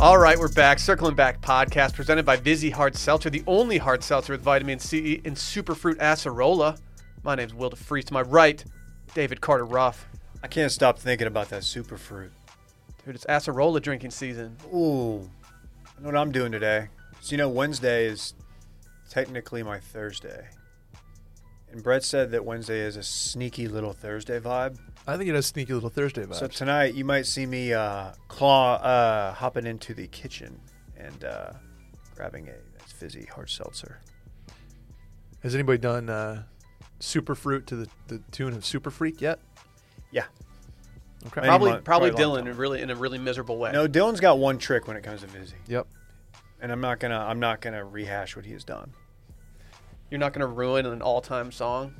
All right, we're back. Circling Back podcast presented by Vizzy Hard Seltzer, the only hard seltzer with vitamin C and superfruit acerola. My name's Will DeFreeze. To my right, David Carter Ruff. I can't stop thinking about that super fruit. Dude, it's acerola drinking season. Ooh, I know what I'm doing today. So you know, Wednesday is technically my Thursday, and Brett said that Wednesday is a sneaky little Thursday vibe. I think it has sneaky little Thursday vibes. So tonight you might see me uh, claw uh, hopping into the kitchen and uh, grabbing a fizzy hard seltzer. Has anybody done uh, Super Fruit to the, the tune of Super Freak yet? Yeah. Okay. Maybe. Probably, month, probably probably a long Dylan, time. in really in a really miserable way. No, Dylan's got one trick when it comes to fizzy, Yep. and I'm not gonna I'm not gonna rehash what he has done. You're not going to ruin an all-time song.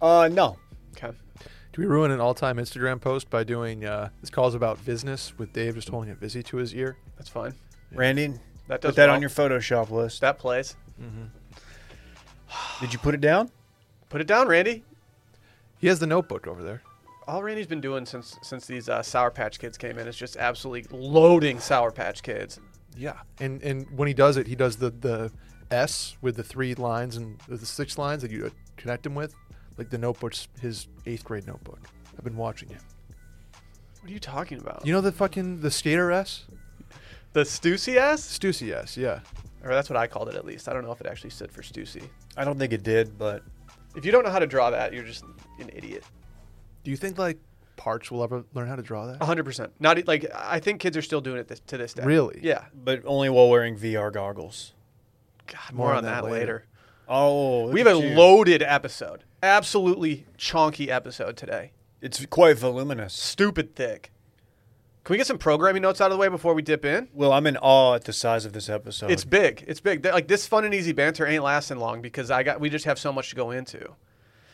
Uh, no. Okay. Do we ruin an all-time Instagram post by doing uh, this calls about business with Dave just holding a busy to his ear? That's fine. Randy, That does put that well. on your Photoshop list. That plays. Did you put it down? Put it down, Randy. He has the notebook over there. All Randy's been doing since since these uh, Sour Patch Kids came in is just absolutely loading Sour Patch Kids. Yeah. And and when he does it, he does the the S with the three lines and the six lines that you uh, connect him with, like the notebook's his eighth grade notebook. I've been watching him. What are you talking about? You know the fucking the skater S, the Stussy S? Stussy S. Yeah. Or that's what I called it at least. I don't know if it actually stood for Stussy. I don't think it did, but If you don't know how to draw that, you're just an idiot. Do you think like Parch will ever learn how to draw Oh. that? 100%. Not e- like I think kids are still doing it this, to this day. Really? Yeah. but only while wearing VR goggles. God, more, on that, later. Oh, look We have at a you. loaded episode. Absolutely chonky episode today. It's quite voluminous. Stupid thick. Can we get some programming notes out of the way before we dip in? Well, I'm in awe at the size of this episode. It's big. It's big. Th- Like this fun and easy banter ain't lasting long because I got we just have so much to go into.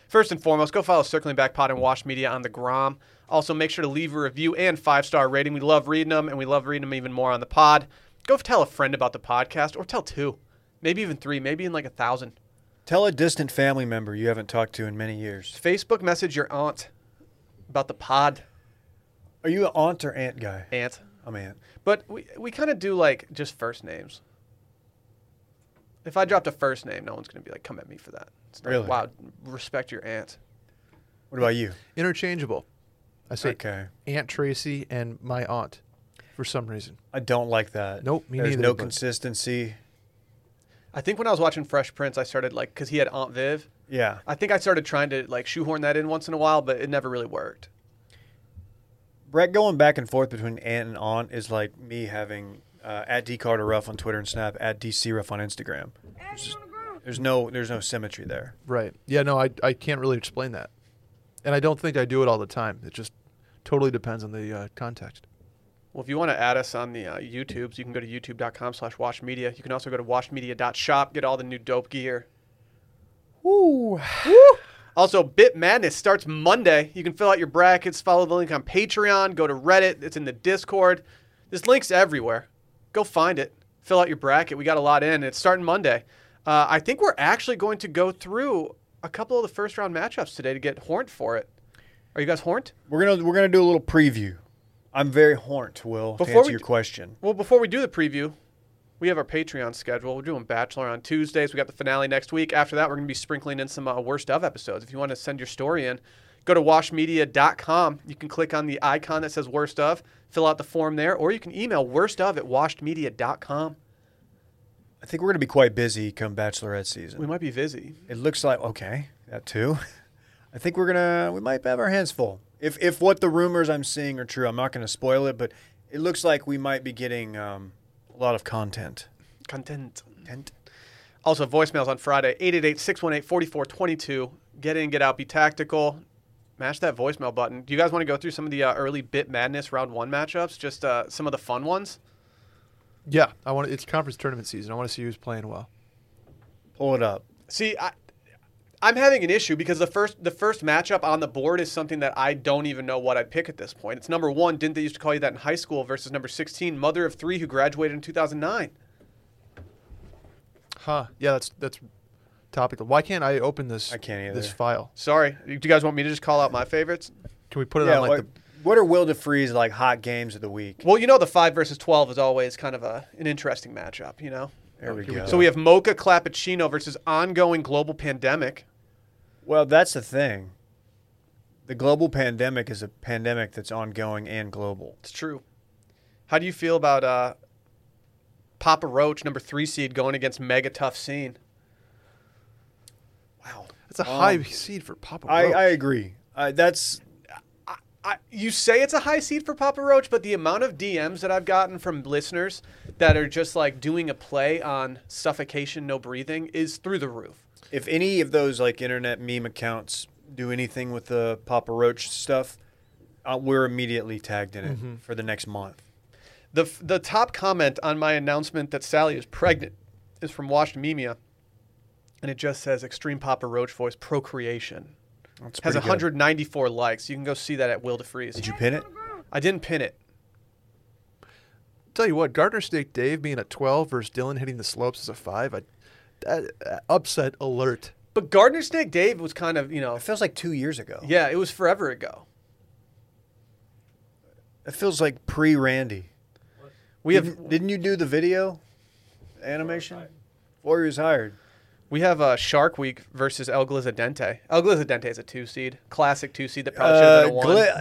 First and foremost, go follow Circling Back Pod and Wash Media on the Grom. Also, make sure to leave a review and five star rating. We love reading them, and we love reading them even more on the pod. Go tell a friend about the podcast, or tell two, maybe even three, maybe in like a thousand. Tell a distant family member you haven't talked to in many years. Facebook message your aunt about the pod, Are you an aunt or aunt guy? aunt. I'm aunt. But we we kind of do like just first names. If I dropped a first name, no one's gonna be like, "Come at me for that." It's like, Really? Wow, respect your aunt. What about you? Interchangeable. I say Okay. Aunt Tracy and my aunt for some reason. I don't like that. Nope, me There's neither, no but- consistency. I think when I was watching Fresh Prince, I started like because he had Aunt Viv. Yeah. I think I started trying to like shoehorn that in once in a while, but it never really worked. Brett, going back and forth between aunt and aunt is like me having uh, at D Carter Ruff on Twitter and Snap, at DC Ruff on Instagram. There's, just- there's no there's no symmetry there. Right. Yeah, no, I, I can't really explain that. And I don't think I do it all the time. It just totally depends on the uh, context. Well, if you want to add us on the uh, YouTubes, you can go to youtube.com slash washmedia. You can also go to washmedia.shop, get all the new dope gear. Woo. Also, Bit Madness starts Monday. You can fill out your brackets, follow the link on Patreon, go to Reddit, it's in the Discord. This link's everywhere. Go find it, fill out your bracket. We got a lot in. It's starting Monday. Uh, I think we're actually going to go through a couple of the first round matchups today to get horned for it. Are you guys horned? We're gonna we're gonna do a little preview. I'm very horned, Will, Before to answer we your d- question. Well, before we do the preview, we have our Patreon schedule. We're doing Bachelor on Tuesdays. We got the finale next week. After that, we're going to be sprinkling in some uh, worst of episodes. If you want to send your story in, go to washmedia.com. You can click on the icon that says worst of, fill out the form there, or you can email worst of at washedmedia.com. I think we're gonna be quite busy come Bachelorette season. We might be busy. It looks like okay, that too. I think we're gonna we might have our hands full. If if what the rumors I'm seeing are true, I'm not gonna spoil it, but it looks like we might be getting um, a lot of content. Content. Tent? Also, voicemails on Friday, 888 618 4422. Get in, get out, be tactical. Mash that voicemail button. Do you guys want to go through some of the uh, early Bit Madness round one matchups? Just uh, some of the fun ones? Yeah, I want it's conference tournament season. I want to see who's playing well. Pull it up. See, I, I'm having an issue because the first the first matchup on the board is something that I don't even know what I'd pick at this point. It's number one. Didn't they used to call you that in high school? Versus number 16, mother of three, who graduated in 2009. Huh. Yeah, that's that's topical. Why can't I open this I can't either. this file? Sorry, do you guys want me to just call out my favorites? Can we put it Yeah, on like like- the What are Will DeFreeze like hot games of the week? Well, you know the five versus twelve is always kind of a an interesting matchup. You know. There we here we go. go. So we have Mocha Clappuccino versus ongoing global pandemic. well, that's the thing. The global pandemic is a pandemic that's ongoing and global. It's true. How do you feel about uh, Papa Roach, number three seed, going against Mega Tough Scene? Wow. That's a high seed for Papa I, Roach. I agree. Uh, that's I, you say it's a high seed for Papa Roach, but the amount of DMs that I've gotten from listeners that are just like doing a play on suffocation, no breathing is through the roof. if any of those like internet meme accounts do anything with the Papa Roach stuff, uh, we're immediately tagged in it for the next month. The, f- the top comment on my announcement that Sally is pregnant is from Washed Memia, and it just says Extreme Papa Roach voice procreation. That's Has pretty good. 194 likes. You can go see that at Will DeFreeze. Did you pin it? I didn't pin it. tell you what, Gardner State Dave being a 12 versus Dylan hitting the slopes as a five. I, that, uh, upset alert. But Gardner Snake Dave was kind of, you know, It feels like two years ago. yeah, it was forever ago. It feels like pre Randy. We have didn't, didn't you do the video animation? Warriors hired. we have uh, Shark Week versus El Glizadente. El Glizadente is a two seed, classic two seed that probably should have Uh, been a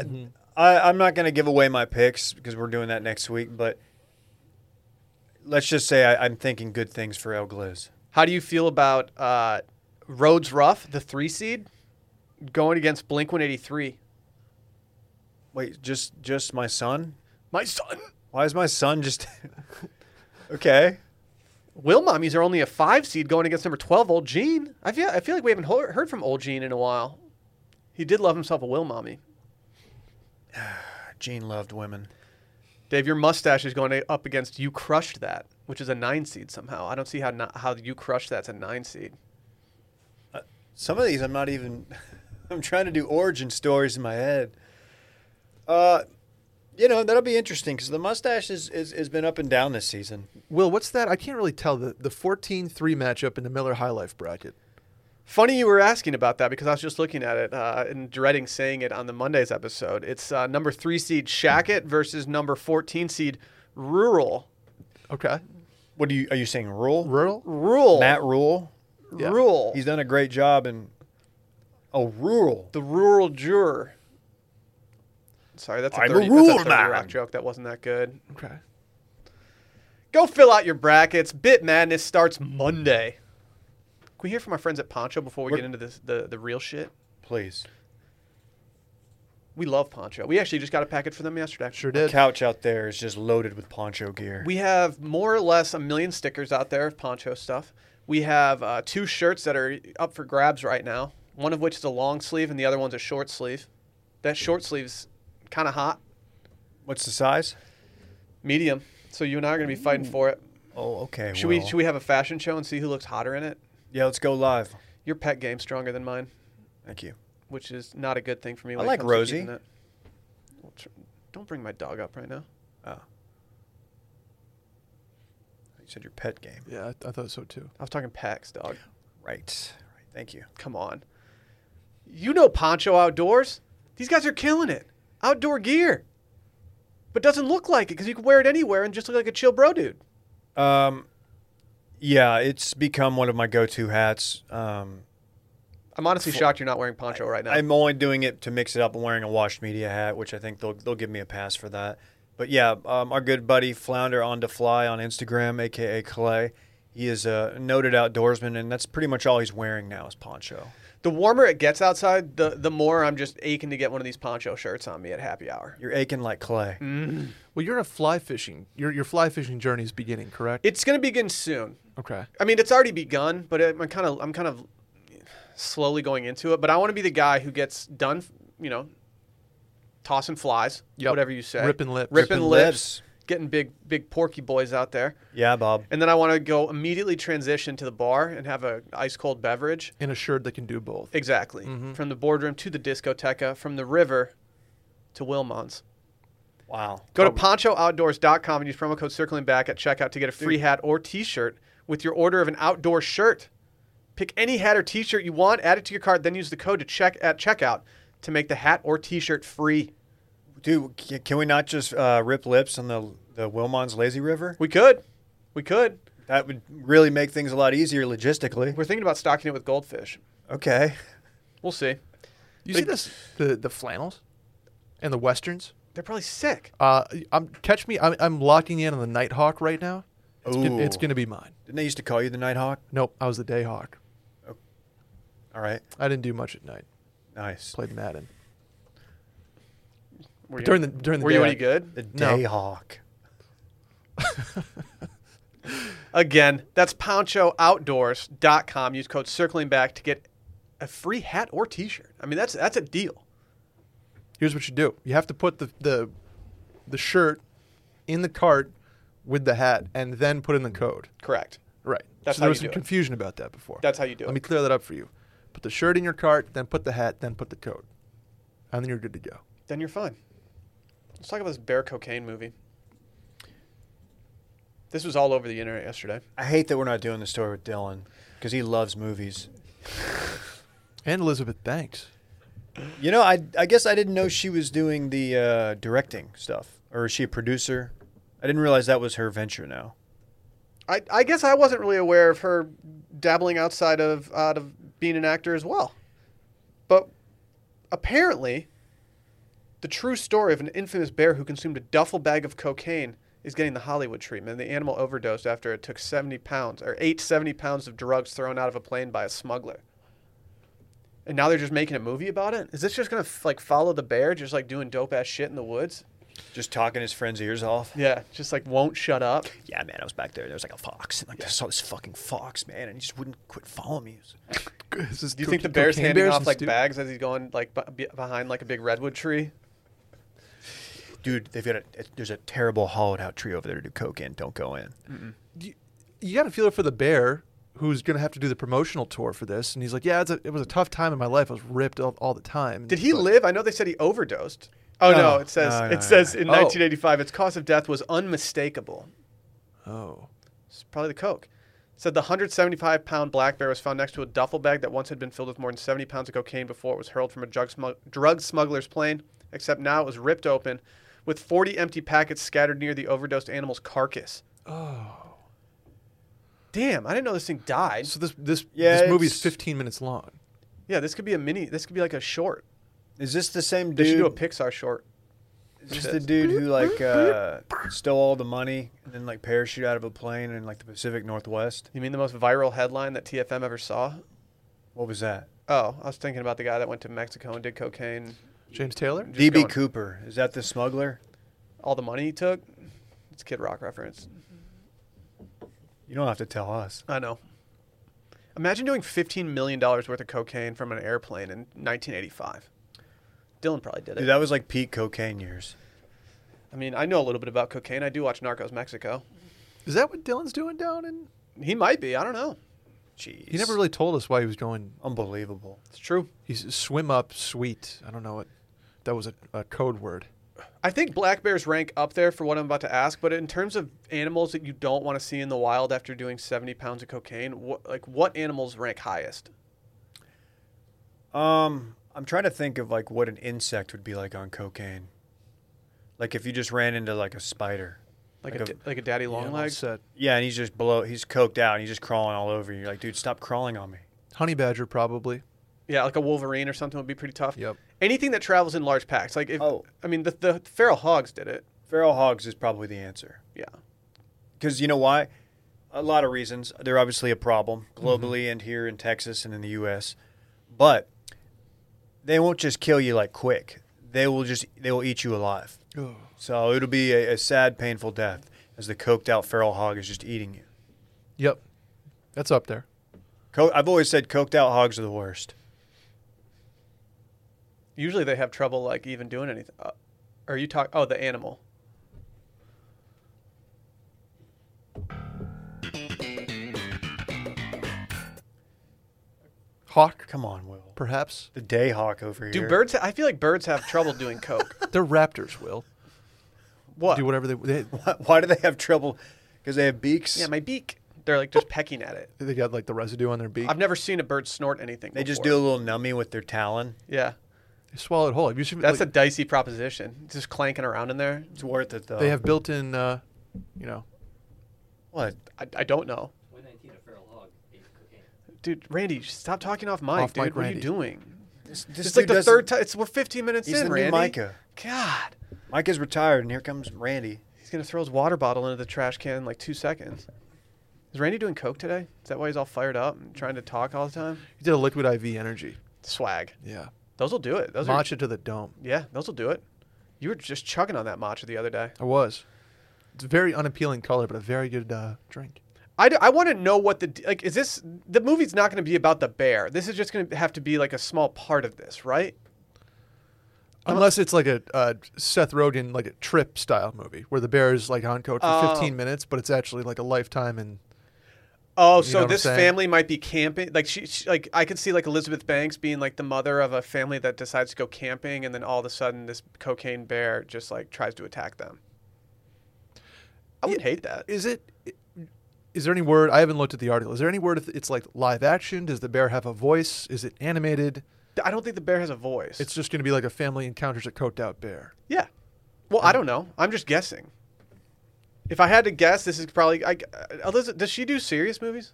one. Gli- I, I'm not going to give away my picks because we're doing that next week, but let's just say I, I'm thinking good things for El Gliz. How do you feel about uh, Rhodes Ruff, the three seed, going against Blink 183? Wait, just just my son? My son, Why is my son just okay? Will Mommies are only a five seed going against number 12, Old Gene. I feel I feel like we haven't ho- heard from Old Gene in a while. He did love himself a Will Mommy. Gene loved women. Dave, your mustache is going a- up against you crushed that, which is a nine seed somehow. I don't see how not, how you crushed that's a nine seed. Some of these I'm not even. I'm trying to do origin stories in my head. Uh, you know that'll be interesting because the mustache is, is has been up and down this season. Will, what's that? I can't really tell the the 14-3 matchup in the Miller High Life bracket. Funny you were asking about that because I was just looking at it uh, and dreading saying it on the Mondays episode. It's uh, number three seed Shackett versus number fourteen seed Rural. Okay, What do you are you saying? Rule rural. Rural. Matt Rule. yeah. Rural. He's done a great job in. Oh, rural. the rural juror. Sorry, that's a, I'm a 30, rural that's a 30 man. rock joke. That wasn't that good. Okay. Go fill out your brackets. Bit Madness starts Monday. Can we hear from our friends at Poncho before we We're- get into this, the, the real shit? Please. We love Poncho. We actually just got a package for them yesterday. Sure did. Couch out there is just loaded with poncho gear. We have more or less a million stickers out there of Poncho stuff. We have uh, two shirts that are up for grabs right now, one of which is a long sleeve and the other one's a short sleeve. That short sleeve's kind of hot, What's the size? medium. So you and I are going to be fighting for it. Oh, okay. Should we well. should we have a fashion show and see who looks hotter in it? Yeah, let's go live. Your pet game's stronger than mine, Thank you. which is not a good thing for me. I When it like comes to Rosie. keeping it. Well, tr- Don't bring my dog up right now. Oh. You said your pet game. Yeah, I, I thought so too. I was talking Pax, dog. Right. right. Thank you. Come on. You know Poncho Outdoors. These guys are killing it. Outdoor gear. But doesn't look like it because you can wear it anywhere and just look like a chill bro dude. Um, yeah, it's become one of my go-to hats. Um, I'm honestly shocked you're not wearing Poncho right now. I'm only doing it to mix it up. I'm wearing a washed media hat, which I think they'll they'll give me a pass for that. But yeah, um, our good buddy Flounder on to fly on Instagram, aka Clay. He is a noted outdoorsman, and that's pretty much all he's wearing now is poncho. the warmer it gets outside, the, the more I'm just aching to get one of these Poncho shirts on me at happy hour. You're aching like clay. Well, you're in a fly fishing. Your your fly fishing journey is beginning, correct? It's going to begin soon. okay. I mean, it's already begun, but it, I'm kind of I'm kind of slowly going into it. But I want to be the guy who gets done, you know, tossing flies, Yep. whatever you say, Ripping lips. ripping, Ripping lips, lips. getting big big porky boys out there, Yeah, Bob. and then I want to go immediately transition to the bar and have a ice cold beverage. And assured they can do both. Exactly, from the boardroom to the discoteca, from the river to Wilmons. Wow. Go to ponchooutdoors.com and use promo code circling back at checkout to get a free hat or t-shirt with your order of an outdoor shirt. Pick any hat or t-shirt you want, add it to your cart, then use the code to check at checkout to make the hat or t-shirt free. Dude, can, can we not just uh, rip lips on the the Wilmon's Lazy River? We could. We could. That would really make things a lot easier logistically. We're thinking about stocking it with goldfish. Okay. We'll see. You see this the the flannels and the westerns. They're probably sick. Uh, I'm catch me. I'm, I'm locking in on the Nighthawk right now. It's, gonna, it's Ooh. gonna be mine. Didn't they used to call you the Nighthawk? Nope, I was the Dayhawk. All right. I didn't do much at night. Nice. Played Madden. Were you, During the during the were day, you I- any good? The No. Dayhawk. Again, that's ponchooutdoors.com. Use code circling back to get a free hat or t-shirt. I mean, that's that's a deal. Here's what you do. You have to put the the the shirt in the cart with the hat, and then put in the code. Correct. Right. That's so there how was you some do it. confusion about that before. That's how you do Let it. me clear that up for you. Put the shirt in your cart, then put the hat, then put the code, and then you're good to go. then you're fine. Let's talk about this bear cocaine movie. This was all over the internet yesterday. I hate that we're not doing the story with Dylan because he loves movies. And Elizabeth Banks. You know, I I guess I didn't know she was doing the uh, directing stuff, or is she a producer? I didn't realize that was her venture. Now, I, I guess I wasn't really aware of her dabbling outside of out of being an actor as well. But apparently, the true story of an infamous bear who consumed a duffel bag of cocaine is getting the Hollywood treatment. The animal overdosed after it took 70 pounds or ate 70 pounds of drugs thrown out of a plane by a smuggler. And now they're just making a movie about it. Is this just gonna f- like follow the bear, just like doing dope ass shit in the woods? just talking his friend's ears off. Yeah, just like won't shut up. Yeah, man, I was back there. and There was like a fox, and like I saw this fucking fox, man, and he just wouldn't quit following me. It was- This is Do you think the cocaine- bear's cocaine handing bears off and like stu- bags as he's going like b- behind like a big redwood tree? Dude, they've got a, there's a terrible hollowed out tree over there to do coke in. Don't go in. you, you got to feel it for the bear who's going to have to do the promotional tour for this. And he's like, yeah, it's a, it was a tough time in my life. I was ripped all, all the time. Did he But- live? I know they said he overdosed. Oh no, No, it says no, no, it no, says no. in Oh. 1985 its cause of death was unmistakable. Oh, It's probably the coke. It said the 175 pound black bear was found next to a duffel bag that once had been filled with more than 70 pounds of cocaine before it was hurled from a drug, smug- drug smuggler's plane. Except now it was ripped open, with 40 empty packets scattered near the overdosed animal's carcass. oh. Damn, I didn't know this thing died. So this this Yeah, this movie's it's- 15 minutes long. Yeah, this could be a mini. This could be like a short. Is this the same They should dude? do a Pixar short. is this the dude who like uh, stole all the money and then like parachute out of a plane in like the Pacific Northwest? You mean the most viral headline that TFM ever saw? What was that? Oh, I was thinking about the guy that went to Mexico and did cocaine. James Taylor? Just DB going- Cooper. Is that the smuggler? All the money he took. It's a Kid Rock reference. You don't have to tell us. I know. Imagine doing $15 million worth of cocaine from an airplane in 1985. Dylan probably did Dude, it. that was like peak cocaine years. I mean, I know a little bit about cocaine. I do watch Narcos Mexico. Is that what Dylan's doing down in? He might be. I don't know. Jeez. He never really told us why he was going. Unbelievable. It's true. He's swim up sweet. I don't know what. That was a, a code word. I think black bears rank up there for what I'm about to ask, but in terms of animals that you don't want to see in the wild after doing 70 pounds of cocaine, what, like what animals rank highest? Um, I'm trying to think of like what an insect would be like on cocaine. Like if you just ran into like a spider. Like, Like a, a- da- like a daddy long Yeah, well leg? said. Yeah, and he's just below. He's coked out. and He's just crawling all over you. You're like, dude, stop crawling on me. Honey badger probably. Yeah, like a wolverine or something would be pretty tough. Yep. Anything that travels in large packs, like if Oh. I mean the, the feral hogs did it. Feral hogs is probably the answer. Yeah. Because you know why? A lot of reasons. They're obviously a problem Mm-hmm. globally and here in Texas and in the U.S. But they won't just kill you like quick. They will just they will eat you alive. Oh. So it'll be a, a sad, painful death as the coked out feral hog is just eating you. Yep. That's up there. Co- I've always said coked out hogs are the worst. Usually they have trouble like even doing anything. Uh, are you talk? Oh, the animal. Hawk Come on, Will. perhaps. The day hawk over Do here. birds? Ha- I feel like birds have trouble doing coke. They're raptors. Will What? do whatever they they, Why, why do they have trouble? Because they have beaks. yeah, my beak. They're like just pecking at it. they got like the residue on their beak. I've never seen a bird snort anything. they just do before. a little nummy with their talon. Yeah. You swallow it whole. Have you seen, That's like, a dicey proposition. Just clanking around in there. It's worth it though. they have built-in, uh, you know, what? I, I don't know. 119 a feral hog ate cocaine. Dude, Randy, stop talking off mic, Off dude. mic, what Randy. are you doing? This, This this it's like dude the doesn't- third time. It's we're 15 minutes He's in, the new Randy. Micah. God, Micah's retired, and here comes Randy. he's gonna throw his water bottle into the trash can in like two seconds. Is Randy doing coke today? Is that why he's all fired up and trying to talk all the time? you did a liquid IV energy. Swag. Yeah. Those will do it. Those are, Matcha to the dome. yeah, those will do it. You were just chugging on that matcha the other day. I was. It's a very unappealing color, but a very good uh, drink. I, d- I want to know what the like is this the movie's not going to be about the bear. This is just going to have to be like a small part of this, right? Unless it's like a uh, Seth Rogen like a trip style movie where the bear is like on coke for Oh. 15 minutes, but it's actually like a lifetime and Oh, You know so what I'm this saying? family might be camping. Like she, she, like I could see like Elizabeth Banks being like the mother of a family that decides to go camping, and then all of a sudden this cocaine bear just like tries to attack them. I would Yeah, hate that. is it? Is there any word? I haven't looked at the article. Is there any word? If it's like live action. Does the bear have a voice? Is it animated? I don't think the bear has a voice. It's just going to be like a family encounters a coked out bear. yeah. Well, I don't know. I'm just guessing. If I had to guess, this is probably. I, Elizabeth, does she do serious movies?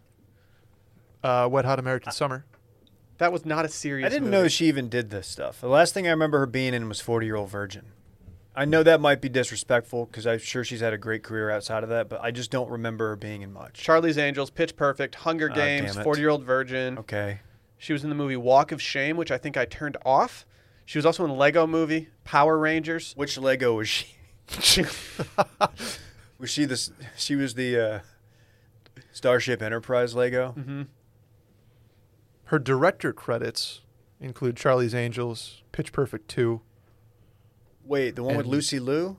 Uh, Wet Hot American Summer. That was not a serious. I didn't movie. know she even did this stuff. The last thing I remember her being in was 40 Year Old Virgin. I know that might be disrespectful because I'm sure she's had a great career outside of that, but I just don't remember her being in much. Charlie's Angels, Pitch Perfect, Hunger Ah, Games, damn it. Forty Year Old Virgin. Okay. She was in the movie Walk of Shame, which I think I turned off. She was also in Lego Movie, Power Rangers. Which Lego was she? Was she the? s- She was the uh, Starship Enterprise Lego. Her director credits include Charlie's Angels, Pitch Perfect Two. Wait, the one with And- Lucy Liu.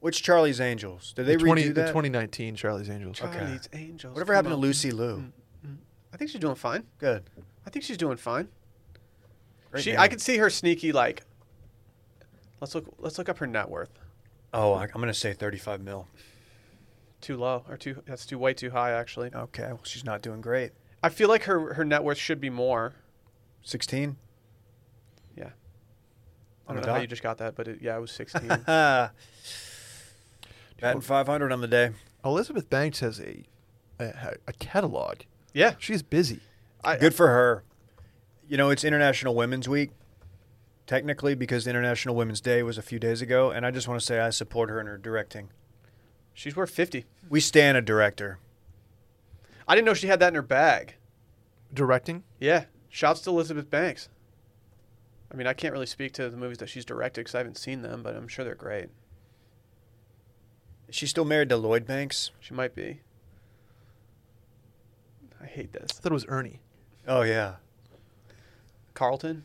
Which Charlie's Angels? Did they the, 20, redo the that? 2019 Charlie's Angels. Charlie's Angels. Whatever come happened to on. Lucy Hmm. Liu? I think she's doing fine. Good. I think she's doing fine. Great she, name. I could see her sneaky like. Let's look. Let's look up her net worth. Oh, I, I'm gonna say 35 mil. Too low or too. That's too way too high actually. Okay. Well, she's not doing great. I feel like her her net worth should be more. 16. Yeah. I On don't the know how dot? you just got that, but it, yeah, it was 16. Ah. Batting 500 on the day. Elizabeth Banks has a a, a catalog. yeah. She's busy. I, Good for her. You know, it's International Women's Week, technically, because International Women's Day was a few days ago, and I just want to say I support her in her directing. She's worth 50. We stand a director. I didn't know she had that in her bag. Directing. Yeah. Shouts to Elizabeth Banks. I mean, I can't really speak to the movies that she's directed because I haven't seen them, but I'm sure they're great. Is she still married to Lloyd Banks? She might be. I hate this. I thought it was Ernie. Oh, yeah. Carlton?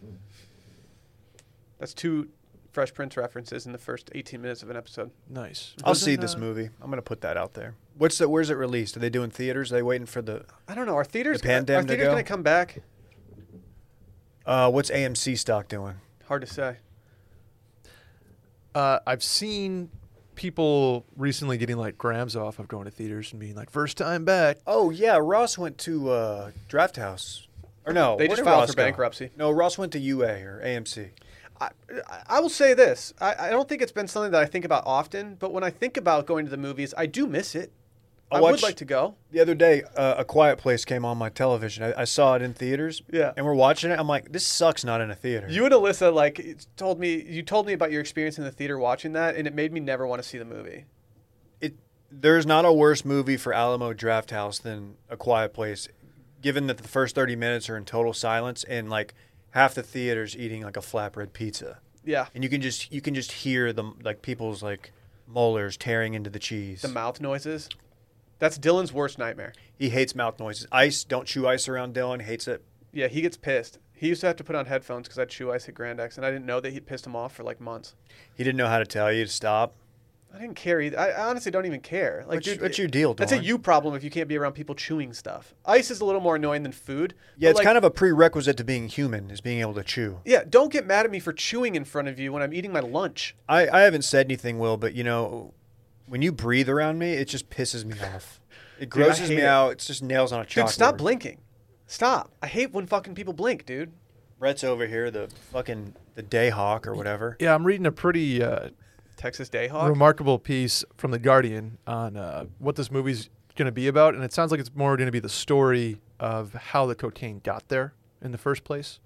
That's two Fresh Prince references in the first 18 minutes of an episode. Nice. I'll Wasn't, see this uh, movie. I'm going to put that out there. What's the, where's it released? Are they doing theaters? Are they waiting for the, I don't know. Are theaters, The Pan are, Dem to theaters go? going to come back? uh, what's AMC stock doing? Hard to say. Uh, I've seen people recently getting like grams off of going to theaters and being like, first time back. Oh, yeah. Ross went to uh, Draft House. Or no. They where just did filed Ross for go? bankruptcy. No, Ross went to UA or AMC. I, I- I will say this. I, I don't think it's been something that I think about often, but when I think about going to the movies, I do miss it. I I would watched- like to go. The other day, uh, A Quiet Place came on my television. I, I saw it in theaters. Yeah. And we're watching it. I'm like, this sucks not in a theater. You and Alyssa like it's- told me you told me about your experience in the theater watching that, and it made me never want to see the movie. it, there's not a worse movie for Alamo Draft House than A Quiet Place, given that the first 30 minutes are in total silence and like half the theater's eating like a flatbread pizza. Yeah, And you can just you can just hear the like people's like molars tearing into the cheese. the mouth noises. That's Dylan's worst nightmare. he hates mouth noises. Ice, don't chew ice around Dylan. Hates it. Yeah, he gets pissed. He used to have to put on headphones because I'd chew ice at Grand X, and I didn't know that he pissed him off for like months. He didn't know how to tell you to stop. I didn't care either. I I honestly don't even care. Like, What's- dude, what's it- your deal, That's a Dylan? you problem if you can't be around people chewing stuff. Ice is a little more annoying than food. Yeah, but, it's like, kind of a prerequisite to being human is being able to chew. Yeah, don't get mad at me for chewing in front of you when I'm eating my lunch. I, I haven't said anything, Will, but you know, when you breathe around me, it just pisses me off. It Dude, I grosses hate me it. out. It's just nails on a chalkboard. Dude, stop blinking. Stop. I hate when fucking people blink, dude. Brett's over here, the fucking the Dayhawk or whatever. Yeah, I'm reading a pretty uh, Texas Dayhawk. remarkable piece from the Guardian on uh, what this movie's going to be about, and it sounds like it's more going to be the story of how the cocaine got there in the first place.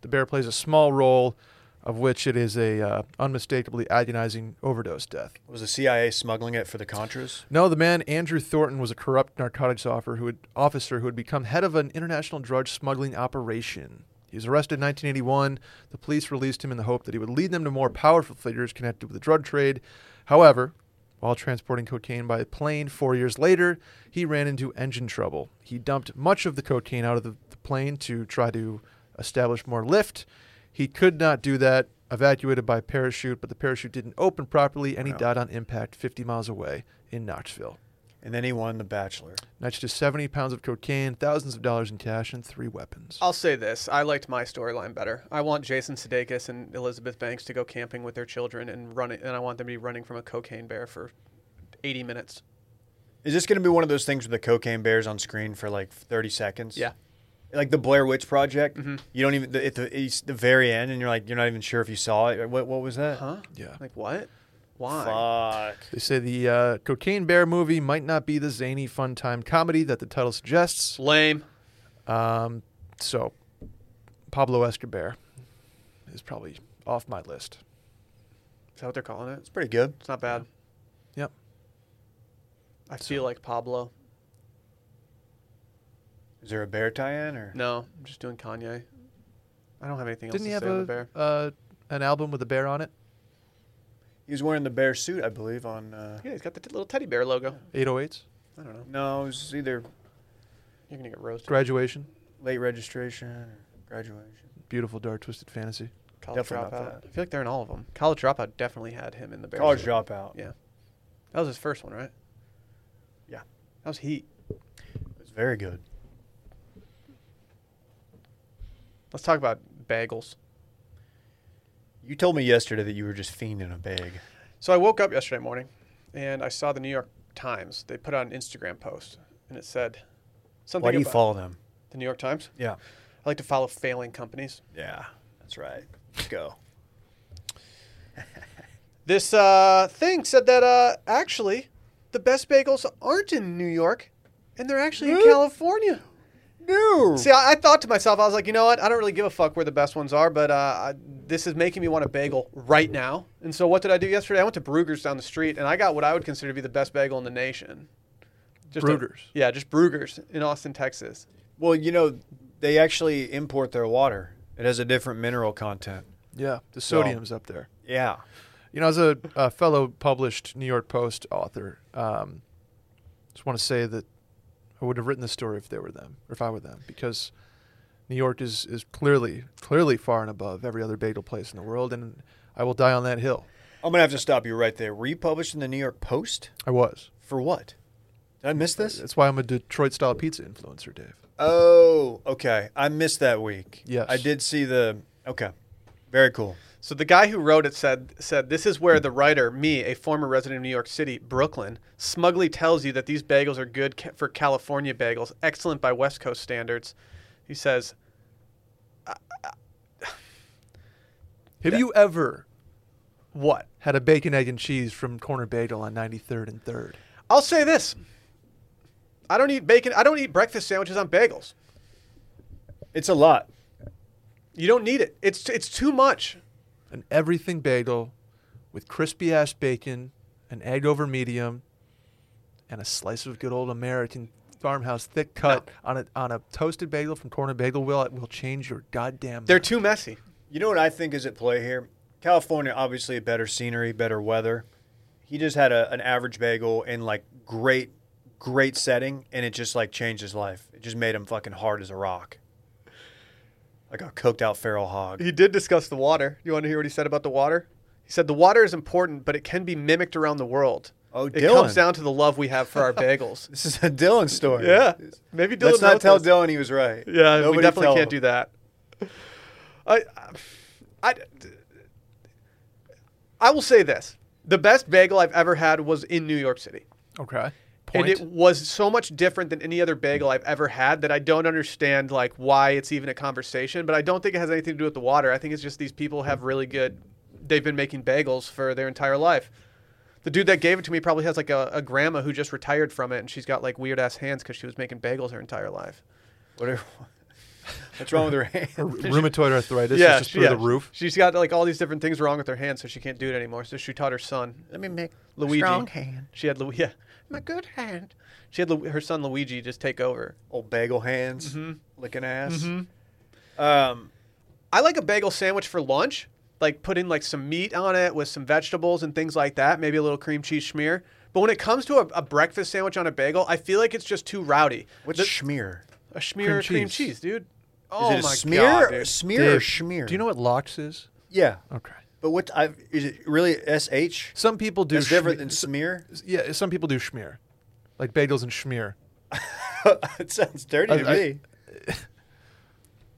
The bear plays a small role, of which it is a uh, unmistakably agonizing overdose death. Was the CIA smuggling it for the Contras? No, the man Andrew Thornton was a corrupt narcotics officer who had, officer who had become head of an international drug smuggling operation. He was arrested in 1981. The police released him in the hope that he would lead them to more powerful figures connected with the drug trade. However, while transporting cocaine by plane four years later, he ran into engine trouble. He dumped much of the cocaine out of the, the plane to try to establish more lift. He could not do that, evacuated by parachute, but the parachute didn't open properly and he Wow. died on impact 50 miles away in Knoxville. And then he won The Bachelor. Next to 70 pounds of cocaine, thousands of dollars in cash, and three weapons. I'll say this: I liked my storyline better. I want Jason Sudeikis and Elizabeth Banks to go camping with their children and run it, and I want them to be running from a cocaine bear for 80 minutes. Is this going to be one of those things with the cocaine bears on screen for like 30 seconds? Yeah. Mm-hmm. Like the Blair Witch Project. You don't even the, at the it's the very end, and you're like you're not even sure if you saw it. What what was that? Huh? Yeah. Uh-huh. Like what? Why? Fuck. They say the uh, Cocaine Bear movie might not be the zany, fun time comedy that the title suggests. Lame. Um, so, Pablo Escobar is probably off my list. Is that what they're calling it? It's pretty good. It's not bad. Yep. I feel like Pablo. Is there a bear tie-in or No, I'm just doing Kanye. I don't have anything Didn't he else to have say on the a, bear. uh, an album with a bear on it? He was wearing the bear suit, I believe. On uh, Yeah, he's got the t- little teddy bear logo. 808s? I don't know. no, it was either You're gonna get roasted. Graduation? late registration or graduation. Beautiful, dark, twisted fantasy. College Definitely not dropout. I feel like they're in all of them. College dropout definitely had him in the bear. College suit. dropout. Yeah. That was his first one, right? Yeah. That was heat. It was very good. Let's talk about bagels. You told me yesterday that you were just fiending a bag. So I woke up yesterday morning and I saw the New York Times. They put out an Instagram post and it said something Why do you about follow them? the New York Times. Yeah. I like to follow failing companies. Yeah. That's right. Let's go. This uh, thing said that uh, actually, the best bagels aren't in New York, and they're actually in Really? California. No. See, I, I thought to myself, I was like, you know what? I don't really give a fuck where the best ones are, but uh, I, this is making me want a bagel right now. And so, what did I do yesterday? I went to Brugger's down the street, and I got what I would consider to be the best bagel in the nation. Just a- Brugger's? yeah, just Brugger's in Austin, Texas. Well, you know, they actually import their water. It has a different mineral content. Yeah, the So- sodium's up there. Yeah. You know, as a, a fellow published New York Post author, um, just want to say that I would have written this story if they were them, or if I were them, because New York is, is clearly clearly far and above every other bagel place in the world, and I will die on that hill. I'm going to have to stop you right there. Republished in the New York Post? I was. For what? Did I miss this? That's why I'm a Detroit-style pizza influencer, Dave. Oh, okay. I missed that week. Yes. I did see the. Okay. Very cool. So the guy who wrote it said said this is where the writer, me, a former resident of New York City, Brooklyn, smugly tells you that these bagels are good ca- for California bagels, excellent by West Coast standards. He says, Have you ever "What? had a bacon, egg, and cheese from Corner Bagel on 93rd and 3rd? I'll say this. I don't eat bacon. I don't eat breakfast sandwiches on bagels. It's a lot. You don't need it. It's it's too much. an everything bagel with crispy ass bacon, an egg over medium, and a slice of good old American farmhouse thick cut on a on a toasted bagel from Corner Bagel will will change your goddamn. They're mind. too messy. You know what I think is at play here? California, obviously, better scenery, better weather. He just had a, an average bagel in like great, great setting, and it just like changed his life. It just made him fucking hard as a rock, like a cooked out feral hog. He did discuss the water. You want to hear what he said about the water? He said the water is important, but it can be mimicked around the world. Oh, it comes Dylan. down to the love we have for our bagels. This is a Dylan story. Yeah. Maybe Dylan Let's wrote not tell this. Dylan he was right. Yeah, we Nobody definitely tell can't do him. that. I, I, I will say this: the best bagel I've ever had was in New York City. okay. And point. it was so much different than any other bagel I've ever had that I don't understand like why it's even a conversation. But I don't think it has anything to do with the water. I think it's just these people have really good. They've been making bagels for their entire life. The dude that gave it to me probably has like a, a grandma who just retired from it, and she's got like weird ass hands because she was making bagels her entire life. Whatever. What's wrong with her Or hand? rheumatoid arthritis is just she- through yeah, the roof. She's got like all these different things wrong with her hands, so she can't do it anymore. So she taught her son Let me make Luigi. strong hand. She had Lu- yeah, My good hand. she had Lu- her son Luigi just take over. Old bagel hands, Mm-hmm. licking ass. Um, I like a bagel sandwich for lunch, like putting like some meat on it with some vegetables and things like that, maybe a little cream cheese schmear. But when it comes to a, a breakfast sandwich on a bagel, I feel like it's just too rowdy. what's The- schmear? a schmear cream cheese, cream cheese. dude? Is Oh it a my smear, god, or dude. smear Oh. or Dave, schmear? Do you know what lox is? Yeah, Okay. but what I is it really sh? Some people do. It's different schme- than smear. yeah, some people do schmear, like bagels and schmear. it sounds dirty to I- I- me.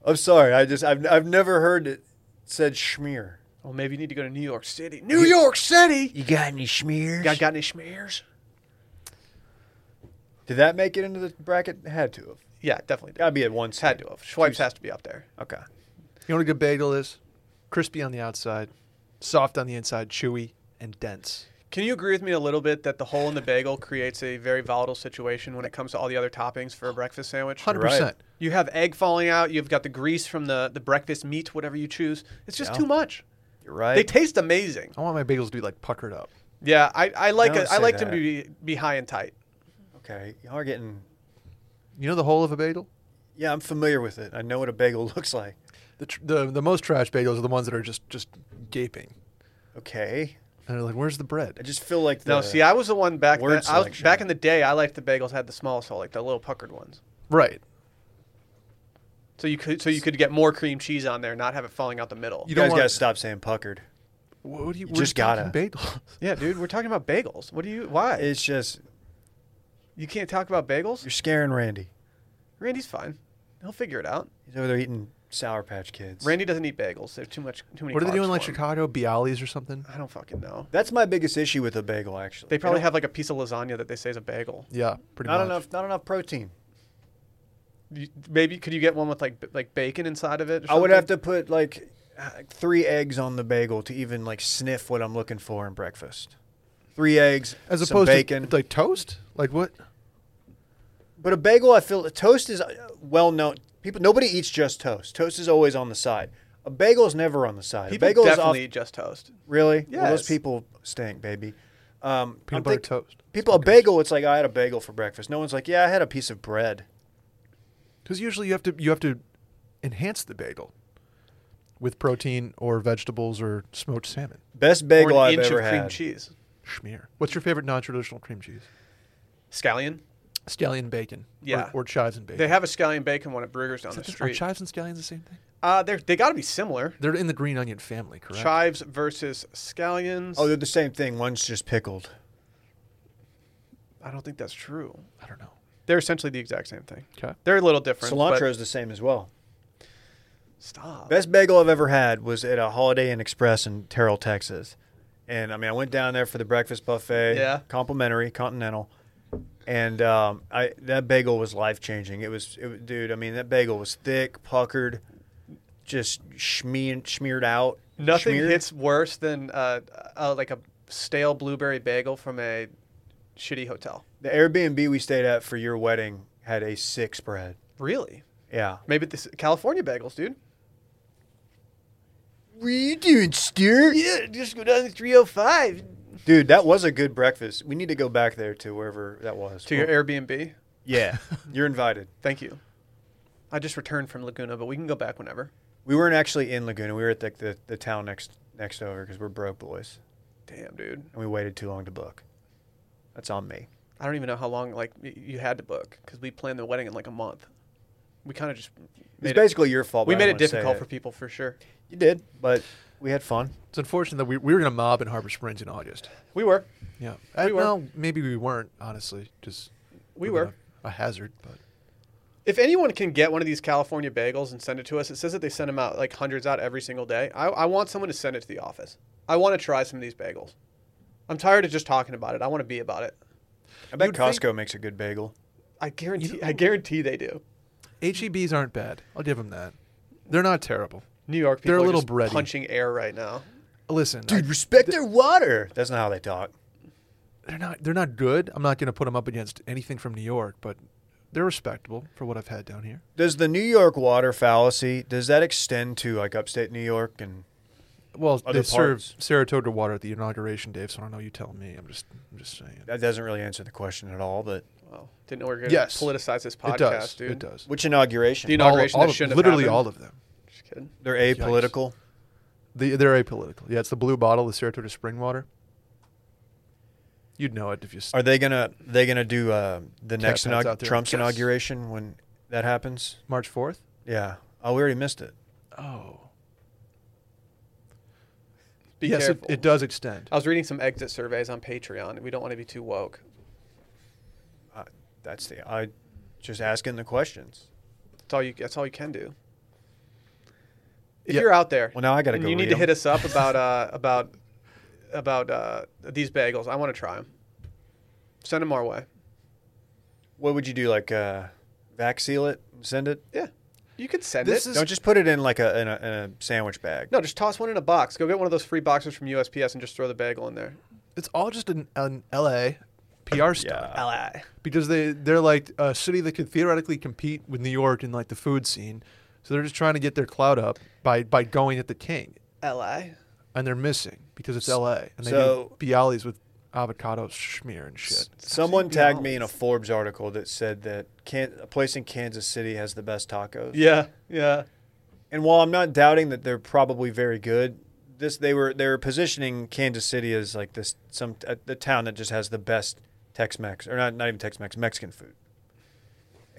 I'm sorry. I just I've I've never heard it said schmear. Well, Oh, maybe you need to go to New York City. New York City. You got any schmears? Got got any schmears? Did that make it into the bracket? It had to have. Yeah, definitely. Did. Gotta be at one. Had to have. Schweppes Two- has to be up there. Okay. You know what a good bagel is? Crispy on the outside, soft on the inside, chewy and dense. Can you agree with me a little bit that the hole in the bagel creates a very volatile situation when it comes to all the other toppings for a breakfast sandwich? Hundred right. percent. You have egg falling out. You've got the grease from the, the breakfast meat, whatever you choose. It's just Yeah. too much. You're right. They taste amazing. I want my bagels to be like puckered up. Yeah, I, I like Don't it. I say like to that. be be high and tight. okay. Y'all are getting. You know the whole of a bagel. Yeah, I'm familiar with it. I know what a bagel looks like. The tr- the the most trash bagels are the ones that are just just gaping. Okay. And they're like, where's the I bread? just feel like the, No, see, I was the one back word then. I was, selection. back in the day. I liked the bagels had the smallest hole, like the little puckered ones. Right. So you could so you could get more cream cheese on there, and not have it falling out the middle. you don't guys want- gotta stop saying puckered. What, do you, You we're just gotta. talking bagels. Yeah, dude, we're talking about bagels. What do you? Why It's just you can't talk about bagels? you're scaring Randy. Randy's fine. He'll figure it out. He's over there eating Sour Patch Kids. Randy doesn't eat bagels. There's too much too many. What are they carbs Uh, doing like for him. Chicago Bialys or something? I don't fucking know. That's my biggest issue with a bagel, actually. They probably don't- have like a piece of lasagna that they say is a bagel. Yeah, pretty not much. enough, not enough protein. You- maybe could you get one with like b- like bacon inside of it? or I would have something? to put like uh, three eggs on the bagel to even like sniff what I'm looking for in breakfast. Three eggs, As some opposed bacon. to like toast? Like what? but a bagel, I feel toast is uh, well known. People, nobody eats just toast. Toast is always on the side. A bagel is never on the side. People a bagel definitely is eat just toast. off. Really? Well, Yes. those people stink, baby. Um, Peanut I'm butter think- toast. People, a bagel. It's like I had a bagel for breakfast. No one's like, yeah, I had a piece of bread. Because usually you have to you have to enhance the bagel with protein or vegetables or smoked salmon. Best bagel or an I've inch ever of cream had. cheese. Schmear. What's your favorite non-traditional cream cheese? Scallion. Scallion bacon. Yeah. Or, or chives and bacon. They have a scallion bacon one at Brugger's down Is the that the- are street. chives and scallions the same thing? uh, they're, they got to be similar. They're in the green onion family, correct? Chives versus scallions. Oh, they're the same thing. One's just pickled. I don't think that's true. I don't know. They're essentially the exact same thing. Okay. They're a little different. but- Cilantro is the same as well. Stop. Best bagel I've ever had was at a Holiday Inn Express in Terrell, Texas. And I mean, I went down there for the breakfast buffet, Yeah. complimentary, continental. And um, I that bagel was life changing. It was, it, was- dude. I mean, that bagel was thick, puckered, just smeared, smeared out. Nothing schmeared. hits worse than uh, uh, like a stale blueberry bagel from a shitty hotel. The Airbnb we stayed at for your wedding had a sick spread. Really? Yeah. Maybe this California bagels, dude. What are you doing, Steer? just go down to 305. Dude, that was a good breakfast. We need to go back there to wherever that was. To your Airbnb. yeah, you're invited. Thank you. I just returned from Laguna, but we can go back whenever. We weren't actually in Laguna. We were at the the, the town next next over because we're broke boys Damn, dude. and we waited too long to book. That's on me. I don't even know how long like y- you had to book because we planned the wedding in like a month. We kind of just It's made it, basically your fault. we but I made it don't wanna say difficult it. for people for sure. You did, but we had fun. It's unfortunate that we, we were going to mob in Harbor Springs in August. We were, Yeah. Uh, We were. Well, maybe we weren't, honestly. Just we would've were. been A, a hazard, but If anyone can get one of these California bagels and send it to us, it says that they send them out like hundreds out every single day. I, I want someone to send it to the office. I want to try some of these bagels. I'm tired of just talking about it. I want to be about it. I bet You'd Costco think- makes a good bagel. I guarantee. I guarantee they do. HEBs E aren't bad. I'll give them that. They're not terrible. New York people They're a are little just bready. punching air right now. Listen, I- Dude, respect their water. That's not how they talk. they're not they're not good. I'm not going to put them up against anything from New York, but they're respectable for what I've had down here. Does the New York water fallacy does that extend to like upstate New York and Well, Other they served parts? Saratoga water at the inauguration, Dave. So I don't know. You tell me. I'm just I'm just saying. that doesn't really answer the question at all, but Wow. Didn't know we were going to Yes. politicize this podcast, it does. dude. It does. which inauguration? Do you know- All- Inauguration all that of- shouldn't have literally happened. all of them. Just kidding. They're apolitical. The, they're apolitical. Yeah, it's the blue bottle, the Saratoga spring water. You'd know it if you. s- Are they gonna they gonna do uh, the next hands out inaug- there. Trump's Yes. inauguration when that happens? March fourth. Yeah. Oh, we already missed it. Oh. Be yes, it, careful. it does extend. I was reading some exit surveys on Patreon. We don't want to be too woke. Uh, that's the I just asking the questions. That's all you. That's all you can do. If Yeah. you're out there, Well, now I gotta and go You need read to 'em. hit us up about uh, about about uh, these bagels. I want to try them. Send them our way. What would you do? Like uh, vac seal it, and send it. Yeah, you could send This it. is- Don't just put it in like a in a, in a sandwich bag. no, just toss one in a box. Go get one of those free boxes from USPS and just throw the bagel in there. It's all just an, an LA PR stunt Yeah. because they they're like a city that could theoretically compete with New York in like the food scene, so they're just trying to get their clout up by by going at the king, LA. and they're missing because it's LA and they so- do bialys with avocado schmear and shit. Someone Be tagged me in a honest. Forbes article that said that can a place in Kansas City has the best tacos. Yeah, yeah. And while I'm not doubting that they're probably very good, this they were they were positioning Kansas City as like this some uh, the town that just has the best Tex-Mex or not not even Tex-Mex Mexican food.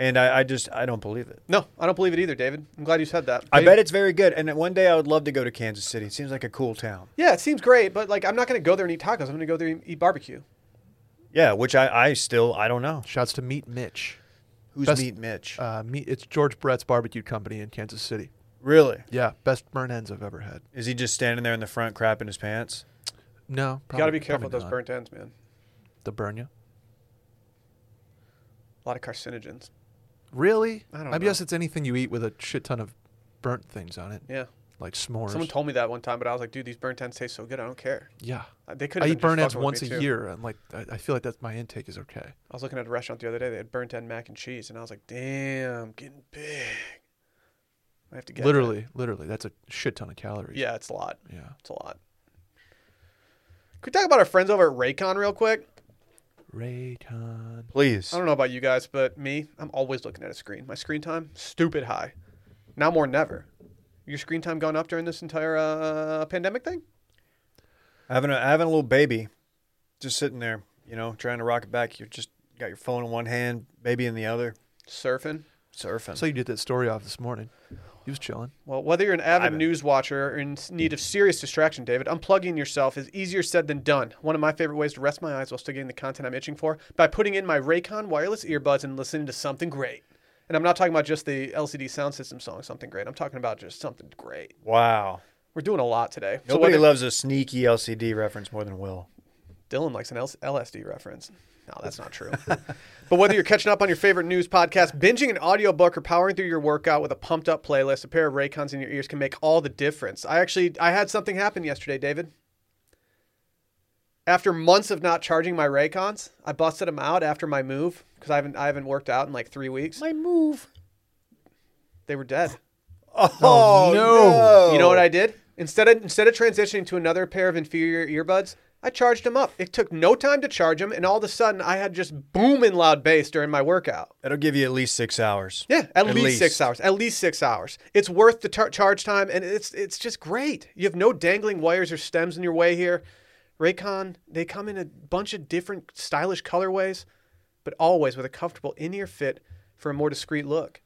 And I, I just I don't believe it. No, I don't believe it either, David. I'm glad you said that. I bet it's very good. And one day I would love to go to Kansas City. It seems like a cool town. Yeah, it seems great, but like I'm not going to go there and eat tacos. I'm going to go there and eat barbecue. Yeah, which I, I still I don't know Shouts to Meat Mitch. who's Best- Meat Mitch. Uh, meat, it's George Brett's barbecue company in Kansas City. really? Yeah, best burnt ends I've ever had. Is he just standing there in the front crapping his pants? No, You got to probably- be careful with probably those not. burnt ends, man. They'll burn you. A lot of carcinogens. Really? I don't I know. guess it's anything you eat with a shit ton of burnt things on it, Yeah. like s'mores. Someone told me that one time, but I was like, dude, these burnt ends taste so good. I don't care. yeah. Uh, They could. I eat burnt ends once a too. year, and like I, I feel like that's my intake is okay. I was looking at a restaurant the other day. They had burnt end mac and cheese, and I was like, damn, getting big. I have to get that. literally, literally, that's a shit ton of calories. Yeah, it's a lot. Yeah. It's a lot. Could we talk about our friends over at Raycon real quick? Raycon. Please. I don't know about you guys, but me, I'm always looking at a screen. My screen time, stupid high. Now more than ever. Your screen time gone up during this entire uh, pandemic thing? Having a having a little baby, just sitting there, you know, trying to rock it back. You just got your phone in one hand, baby in the other, Surfing. surfing. So you did that story off this morning. He was chilling. Well, whether you're an avid I've- news watcher or in s- need of serious distraction, David, unplugging yourself is easier said than done. One of my favorite ways to rest my eyes while still getting the content I'm itching for by putting in my Raycon wireless earbuds and listening to something great. And I'm not talking about just the LCD sound system song, something great. I'm talking about just something great. wow. We're doing a lot today. So Nobody whether- loves a sneaky LCD reference more than Will. Dylan likes an L- LSD reference. No, that's not true. but whether you're catching up on your favorite news podcast, binging an audiobook, or powering through your workout with a pumped up playlist, a pair of Raycons in your ears can make all the difference. I actually I had something happen yesterday, David. After months of not charging my Raycons, I busted them out after my move because I haven't I haven't worked out in like three weeks. My move. They were dead. Oh, no. You know what I did? Instead of instead of transitioning to another pair of inferior earbuds, I charged them up. It took no time to charge them, and all of a sudden, I had just booming loud bass during my workout. That'll give you at least six hours. Yeah, at, least, six hours. At least six hours. It's worth the tar- charge time, and it's it's just great. You have no dangling wires or stems in your way here. Raycon, they come in a bunch of different stylish colorways, but always with a comfortable in-ear fit for a more discreet look.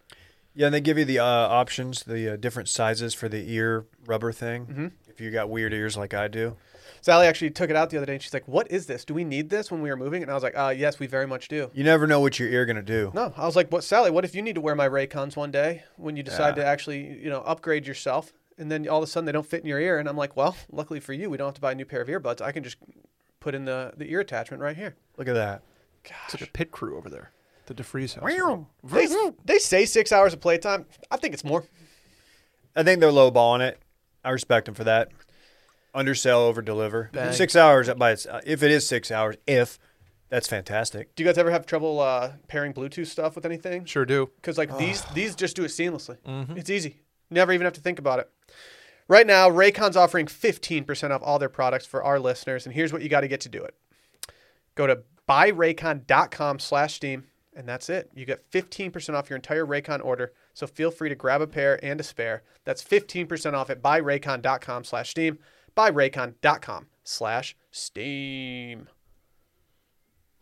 Yeah, and they give you the uh, options, the uh, different sizes for the ear rubber thing. If you got weird ears like I do, Sally actually took it out the other day and she's like, What is this? Do we need this when we were moving? And I was like, uh, Yes, we very much do. you never know what your ear gonna do. No, I was like, What, Sally, what if you need to wear my Raycons one day when you decide to actually, you know, upgrade yourself? And then all of a sudden they don't fit in your ear. And I'm like, Well, luckily for you, we don't have to buy a new pair of earbuds. I can just put in the, the ear attachment right here. Look at that. It's like a pit crew over there. The DeFreeze house. They, they say six hours of playtime. I think it's more. I think they're lowballing it. I respect them for that. Undersell, over deliver. Bang. Six hours by its, uh, if it is six hours, if that's fantastic. Do you guys ever have trouble uh, pairing Bluetooth stuff with anything? Sure do. Because like these these just do it seamlessly. It's easy. Never even have to think about it. Right now, Raycon's offering 15% off all their products for our listeners, and here's what you got to get to do it. Go to buyraycon.com slash Steam, and that's it. You get 15% off your entire Raycon order, so feel free to grab a pair and a spare. That's 15% off at buyraycon.com slash Steam, buyraycon.com slash Steam.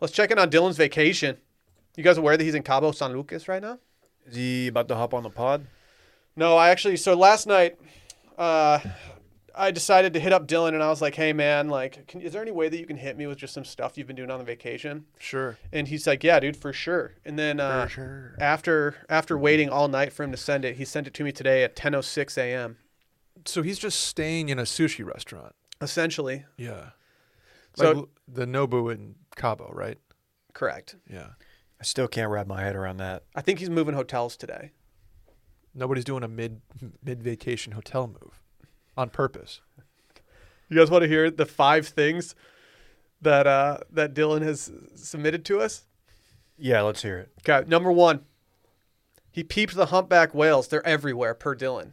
Let's check in on Dylan's vacation. You guys aware that he's in Cabo San Lucas right now? Is he about to hop on the pod? No, I actually. So last night, uh, I decided to hit up Dylan and I was like, "Hey, man, like, can, is there any way that you can hit me with just some stuff you've been doing on the vacation?" Sure. And he's like, "Yeah, dude, for sure." And then uh, For sure. after after waiting all night for him to send it, he sent it to me today at 10:06 a.m. So he's just staying in a sushi restaurant. Essentially, Yeah. So- Like l- the Nobu in Cabo, right? correct. Yeah. I still can't wrap my head around that. I think he's moving hotels today. Nobody's doing a mid mid vacation hotel move on purpose. You guys want to hear the five things that uh, that Dylan has submitted to us? Yeah, let's hear it. Okay, number one. He peeped the humpback whales. They're everywhere, per Dylan.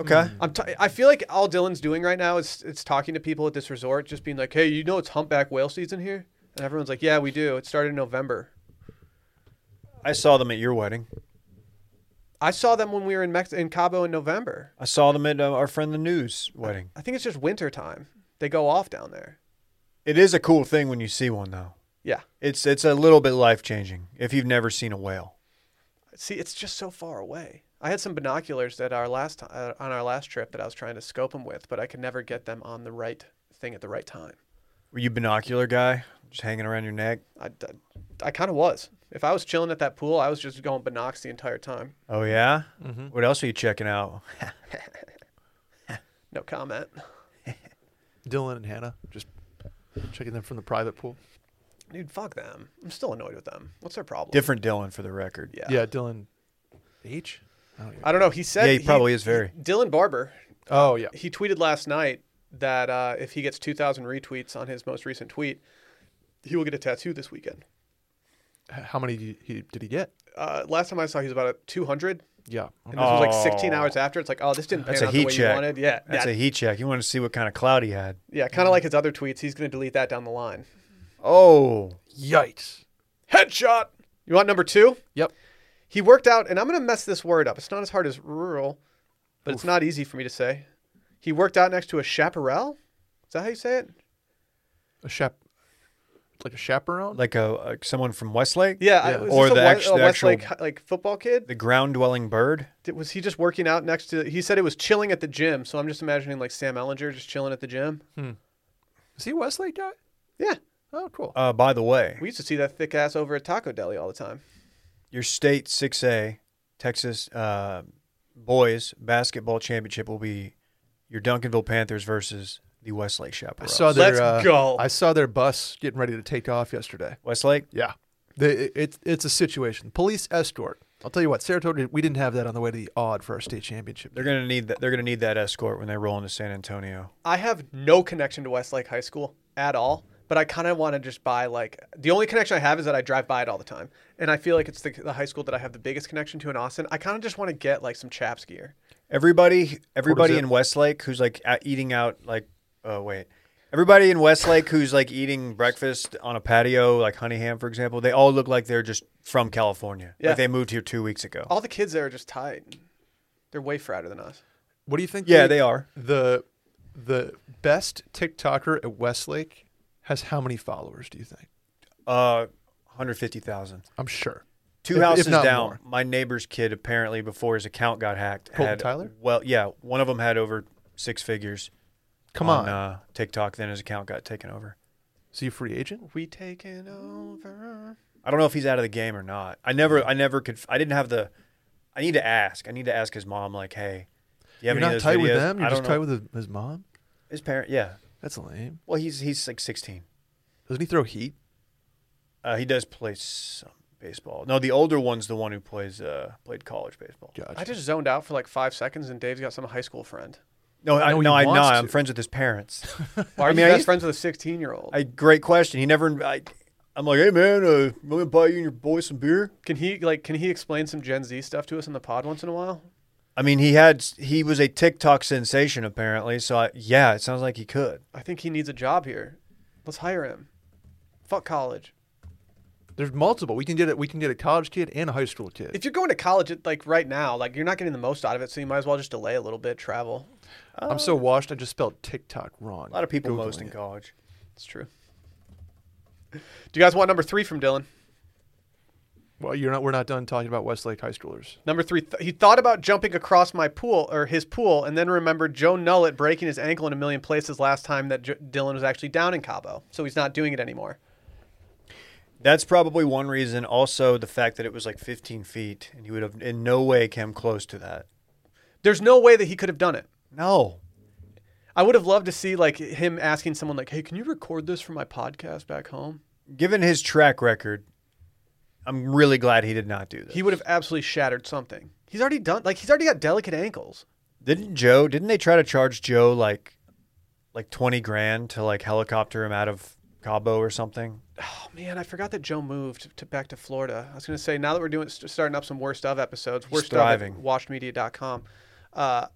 Okay. I'm t- I feel like all Dylan's doing right now is it's talking to people at this resort, just being like, "Hey, you know it's humpback whale season here," and everyone's like, "Yeah, we do. It started in November." I saw them at your wedding. I saw them when we were in Mex- in Cabo in November. I saw them at uh, our friend the News wedding. I think it's just winter time. They go off down there. It is a cool thing when you see one though. Yeah. It's it's a little bit life changing if you've never seen a whale. See, it's just so far away. I had some binoculars at our last ti- uh, on our last trip that I was trying to scope them with, but I could never get them on the right thing at the right time. Were you binocular guy, just hanging around your neck? I, kind of was. If I was chilling at that pool, I was just going binocs the entire time. Oh yeah. Mm-hmm. What else are you checking out? No comment. Dylan and Hannah just checking them from the private pool. Dude, fuck them. I'm still annoyed with them. What's their problem? Different Dylan for the record. Yeah. Uh, Yeah, Dylan H. I don't even- I don't know. He said. Yeah, he probably is very. Dylan Barber. Oh yeah. He tweeted last night that uh, if he gets 2,000 retweets on his most recent tweet, he will get a tattoo this weekend. H- How many did he, did he get? Uh, last time I saw, he was about at 200, Yeah. and this was like Oh. 16 hours after. It's like, oh, this didn't pan That's out a the heat way check. you wanted. Yeah, That's yeah, a heat check. You want to see what kind of cloud he had. yeah. Kind of like his other tweets. He's going to delete that down the line. Oh. Yikes. Headshot. You want number two? Yep. He worked out, and I'm going to mess this word up. It's not as hard as rural, but it's not easy for me to say. He worked out next to a chaparral. Is that how you say it? A chap, like a chaperone. Like a like someone from Westlake? Yeah. Yeah. I, was Or this the a, act- West, the a Westlake actual- like football kid? The ground dwelling bird? Did- Was he just working out next to? He said it was chilling at the gym, so I'm just imagining like Sam Ellinger just chilling at the gym. Is he a Westlake guy? Yeah, Oh, cool. Uh, by the way, we used to see that thick ass over at Taco Deli all the time. your state 6A Texas uh, boys basketball championship will be your Duncanville Panthers versus the Westlake I Chaparrals. saw their. Let's uh, go. I saw their bus getting ready to take off yesterday. Westlake? Yeah. They, it, it's- it's a situation. Police escort. I'll tell you what, Saratoga, we didn't have that on the way to the odd for our state championship. They're gonna need that. They're gonna need that escort when they roll into San Antonio. I have no connection to Westlake High School at all, but I kind of want to just buy like the only connection I have is that I drive by it all the time, and I feel like it's the, the high school that I have the biggest connection to in Austin. I kind of just want to get like some chaps gear. Everybody, everybody zip. in Westlake who's like out- eating out, like, oh wait, everybody in Westlake who's like eating breakfast on a patio, like Honeyham, for example, they all look like they're just from California. Yeah. Like they moved here two weeks ago. All the kids there are just tight. They're way fatter than us. What do you think? yeah, the- they are. The the best TikToker at Westlake has how many followers? Do you think? Uh, hundred fifty thousand. I'm sure. Two If- if houses not down, more. my neighbor's kid apparently before his account got hacked. Colton had, Tyler? Well, yeah, one of them had over six figures. Come on. uh, TikTok. Then his account got taken over. Is he a free agent? We taking over. I don't know if he's out of the game or not. I never, I never could. I didn't have the. I need to ask. I need to ask his mom. Like, hey, do you have You're any not of those tight with videos? them. You're I don't know. just tight with his, his mom. his parent. Yeah. That's lame. Well, he's he's like 16. Doesn't he throw heat? Uh, he does play some baseball. No, the older one's the one who plays uh, played college baseball. Gotcha. I just zoned out for like five seconds, and Dave's got some high school friend. No, I, No, no, he I'm wants not. to. I'm friends with his parents. Why are I mean, I you best used- friends with a 16 year old? I, great question. He never. I, I'm like, hey man, uh, I'm gonna buy you and your boy some beer. Can he like? Can he explain some Gen Z stuff to us in the pod once in a while? I mean, he had he was a TikTok sensation apparently. So I, yeah, it sounds like he could. I think he needs a job here. Let's hire him. Fuck college. There's multiple. We can get it. We can get a college kid and a high school kid. If you're going to college, it, like right now, like you're not getting the most out of it, so you might as well just delay a little bit. Travel. I'm so washed. I just spelled TikTok wrong. A lot of people most in Googling it. college. It's true. Do you guys want number three from Dylan? Well, you're not. We're not done talking about Westlake high schoolers. Number three, th- he thought about jumping across my pool or his pool, and then remembered Joe Nullett breaking his ankle in a million places last time that J- Dylan was actually down in Cabo, so he's not doing it anymore. That's probably one reason. Also, the fact that it was like 15 feet, and he would have in no way come close to that. There's no way that he could have done it. No, I would have loved to see like him asking someone like, "Hey, can you record this for my podcast back home?" given his track record, I'm really glad he did not do this. He would have absolutely shattered something. He's already done like he's already got delicate ankles. didn't Joe. Didn't they try to charge Joe like, like 20 grand to like helicopter him out of Cabo or something? Oh man, I forgot that Joe moved to back to Florida. I was gonna say now that we're doing st- starting up some worst of episodes, worst thriving. of at washedmedia.com. Uh,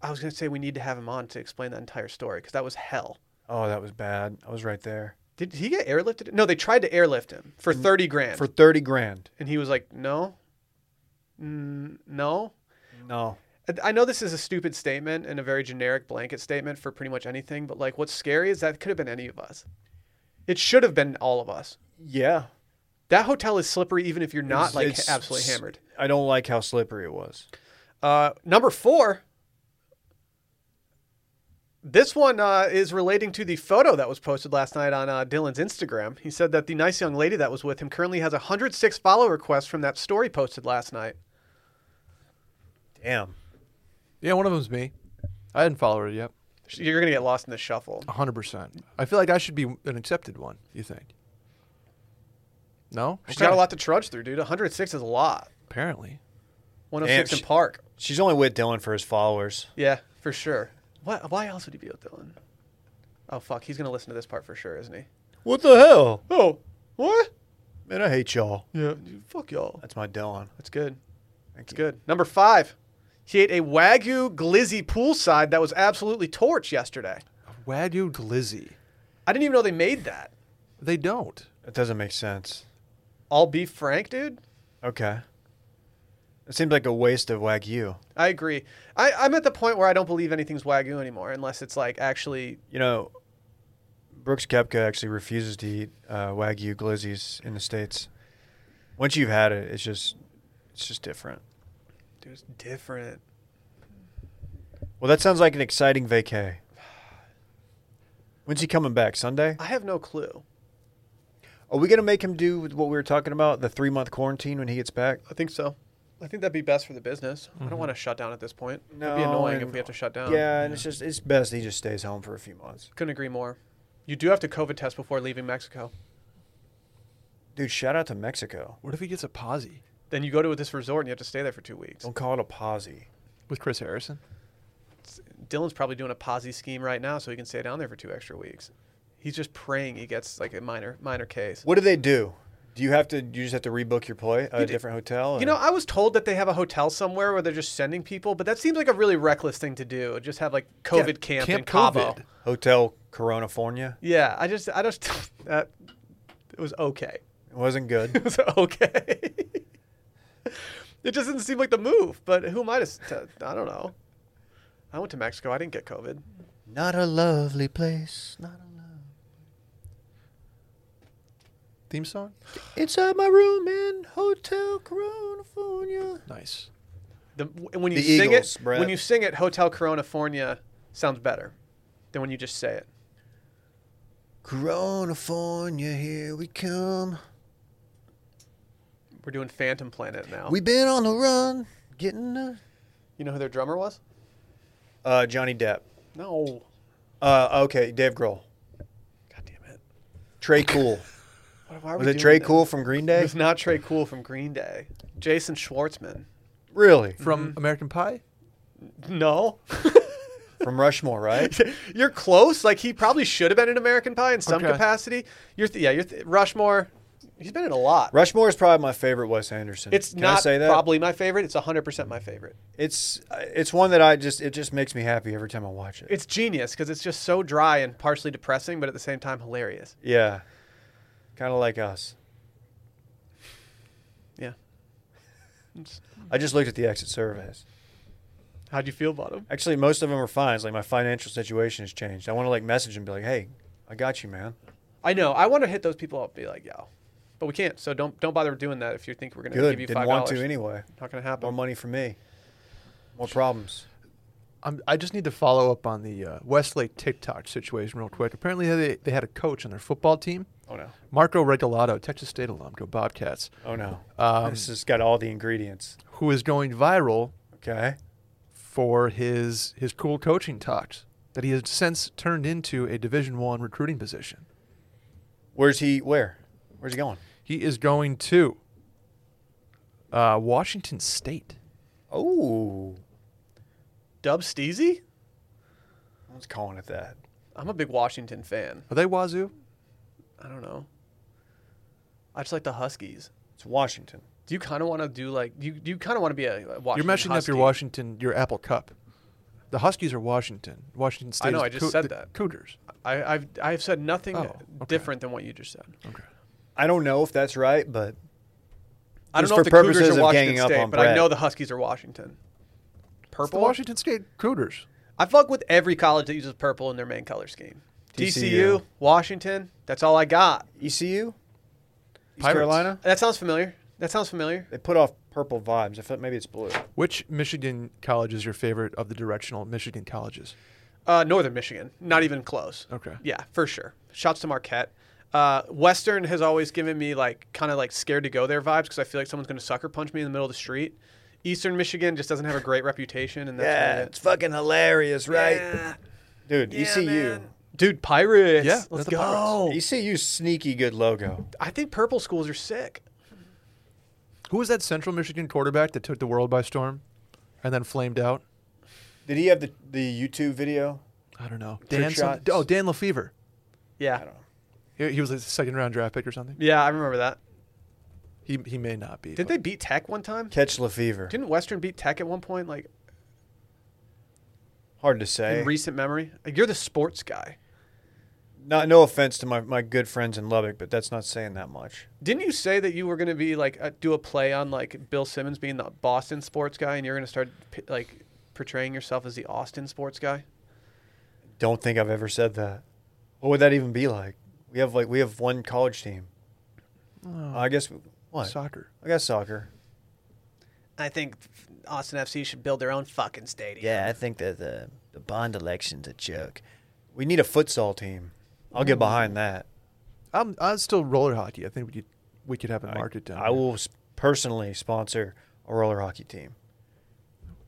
I was gonna say we need to have him on to explain that entire story because that was hell. Oh, that was bad. I was right there Did he get airlifted? No, they tried to airlift him for thirty grand, Mm. for 30 grand. and he was like, "No, mm, no." No, I- I know this is a stupid statement and a very generic blanket statement for pretty much anything, but like what's scary is that could have been any of us. It should have been all of us. yeah, That hotel is slippery even if you're not It's- like it's- absolutely it's- hammered. I don't like how slippery it was. Uh, number four. This one uh, is relating to the photo that was posted last night on uh, Dylan's Instagram. He said that the nice young lady that was with him currently has 106 follow requests from that story posted last night. Damn. Yeah, one of them's me. I hadn't followed it yet. You're going to get lost in the shuffle. 100. percent I feel like I should be an accepted one. You think? No. She's got a lot to trudge through, dude. 106 is a lot. Apparently. 106 Damn, in she- Park. She's only with Dylan for his followers. Yeah, for sure. What? Why else would he be with Dylan? Oh fuck, he's gonna listen to this part for sure, isn't he? What the hell? Oh, what? Man, I hate y'all. Yeah. Fuck y'all. That's my Dylan. That's good. Thank That's you. good. Number five. He ate a wagyu glizzy poolside that was absolutely torched yesterday. Wagyu glizzy. I didn't even know they made that. They don't. That doesn't make sense. I'll be frank, dude. Okay. It seems like a waste of wagyu. I agree. I, I'm at the point where I don't believe anything's wagyu anymore, unless it's like actually. You know, Brooks Kepka actually refuses to eat uh, wagyu glizzies in the states. Once you've had it, it's just it's just different. Dude, it's different. Well, that sounds like an exciting vacay. When's he coming back? Sunday? I have no clue. Are we gonna make him do what we were talking about—the three-month quarantine when he gets back? I think so. Mm-hmm. I think that'd be best for the business. I don't want to shut down at this point. It'd be No, annoying and- if we have to shut down. yeah, and it's just it's best he just stays home for a few months. Couldn't agree more. You do have to COVID test before leaving Mexico. Dude, shout out to Mexico. What if he gets a posse Then you go to this resort and you have to stay there for two weeks. Don't call it a posse. with Chris Harrison? Dylan's probably doing a posse scheme right now so he can stay down there for two extra weeks. He's just praying he gets like a minor minor case. What do they do? Do you have to? You just have to rebook your play at You a d- different hotel. You or- know, I was told that they have a hotel somewhere where they're just sending people, but that seems like a really reckless thing to do. Just have like COVID camp, in Cabo. COVID. Hotel Coronafornia. Yeah, I just I just that it was okay. It wasn't good. It was okay. it just didn't seem like the move, but who am I to, s- to? I don't know. I went to Mexico. I didn't get COVID. not a lovely place. Not a love. Theme song. Inside uh, my room in Hotel Coronafornia. Nice. The, when you The sing Eagles, it, Brett. when you sing it, Hotel Coronafornia sounds better than when you just say it. Coronafornia, here we come. We're doing Phantom Planet now. We've been on the run, getting. Uh, you know who their drummer was? uh Johnny Depp. No. Uh, okay, Dave Grohl. God damn it. Trey Cool. Why are we Was it doing Trey this? Cool from Green It Day? was not Trey Cool from Green Day. Jason Schwartzman. Really? From American Pie? No. From Rushmore, right? You're close. Like he probably should have been in American Pie in some Okay. capacity. You're th- yeah. You're th- Rushmore. He's been in a lot. Rushmore is probably my favorite Wes Anderson. It's Can not I say that? probably my favorite. It's 100 percent my favorite. It's uh, it's one that I just it just makes me happy every time I watch it. It's genius because it's just so dry and partially depressing, but at the same time hilarious. yeah, kind of like us. Yeah. It's- I just looked at the exit surveys. How'd you feel about him? Actually, most of them are fine. It's like my financial situation has changed. I want to like message and be like, "Hey, I got you, man. I know. I want to hit those people up. and Be like, yo, but we can't. So don't don't bother doing that if you think we're gonna Good. give you Didn't five want dollars. to anyway. Not gonna More happen. money for me. More problems. I'm, I just need to follow up on the uh, Westlake TikTok situation real quick. Apparently, they, they had a coach on their football team, Oh no. Marco Regalado, Texas State alum, go Bobcats, Oh no. Um, this has got all the ingredients. who is going viral Okay. for his his cool coaching talks that he has since turned into a Division One recruiting position. Where's he? Where? Where's he going? He is going to uh, Washington State. Oh, Dub Steezy? I was calling it that. I'm a big Washington fan. Are they Wazoo? I don't know. I just like the Huskies. It's Washington. Do you kind of want to do like do you, do you kind of want to be a a Washington? You're messing up your Husky? Washington, your Apple Cup. The Huskies are Washington. Washington State. I know, is I the just Coo- said the that. Cougars. I, I've I've said nothing Oh, okay. different than what you just said. Okay. I don't know if that's right, but I don't Just know for if the Cougars purposes are of Washington ganging up State, on but I Brett. know the Huskies are Washington. It's the Purple. Washington State Cougars. I fuck with every college that uses purple in their main color scheme. TCU. TCU, Washington. That's all I got. ECU, E East Pirates. Carolina, That sounds familiar. That sounds familiar. they put off purple vibes. I feel like maybe it's blue. Which Michigan college is your favorite of the directional Michigan colleges? Uh, Northern Michigan, not even close. Okay. Yeah, for sure. Shouts to Marquette. Uh, Western has always given me like kind of like scared to go there vibes because I feel like someone's going to sucker punch me in the middle of the street. Eastern Michigan just doesn't have a great reputation, and that's really it. fucking hilarious, Yeah. Dude, E Yeah, ECU, man. dude, Pirates. E Yeah, they're let's the Pirates. go. ECU 's E sneaky good logo. I think purple schools are sick. Who was that Central Michigan quarterback that took the world by storm and then flamed out? Did he have the the YouTube video? I don't know. Trick Dan. some- shots. oh, Dan Lefevre. Yeah, I don't know. He, he was a second round draft pick or something. yeah, I remember that. He he may not be. Did but- they beat Tech one time? Catch Lefevre. Didn't Western beat Tech at one point? Like Hard to say. in recent memory. Like, you're the sports guy. Not, no offense to my, my good friends in Lubbock, but that's not saying that much. Didn't you say that you were going to be like uh, do a play on like Bill Simmons being the Boston sports guy, and you're going to start p- like portraying yourself as the Austin sports guy? Don't think I've ever said that. What would that even be like? We have like we have one college team. Oh, I guess what? soccer. I guess soccer. I think Austin FC should build their own fucking stadium. I think that the the bond election's a joke. We need a futsal team. I'll get behind that. I'm I'm still roller hockey. I think we could we could have a I, market down. I there. will s- personally sponsor a roller hockey team.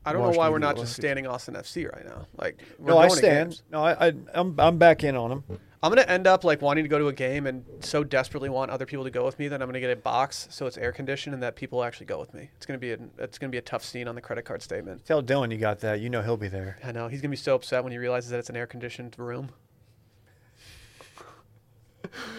I don't Watch know why me we're do not it. just standing Austin FC right now. Like, we're no, I going to stand. games. No, I, I I'm I'm back in on them. I'm gonna end up like wanting to go to a game and so desperately want other people to go with me that I'm gonna get a box so it's air conditioned and that people actually go with me. It's gonna be a, it's gonna be a tough scene on the credit card statement. Tell Dylan you got that. You know he'll be there. I know he's gonna be so upset when he realizes that it's an air conditioned room.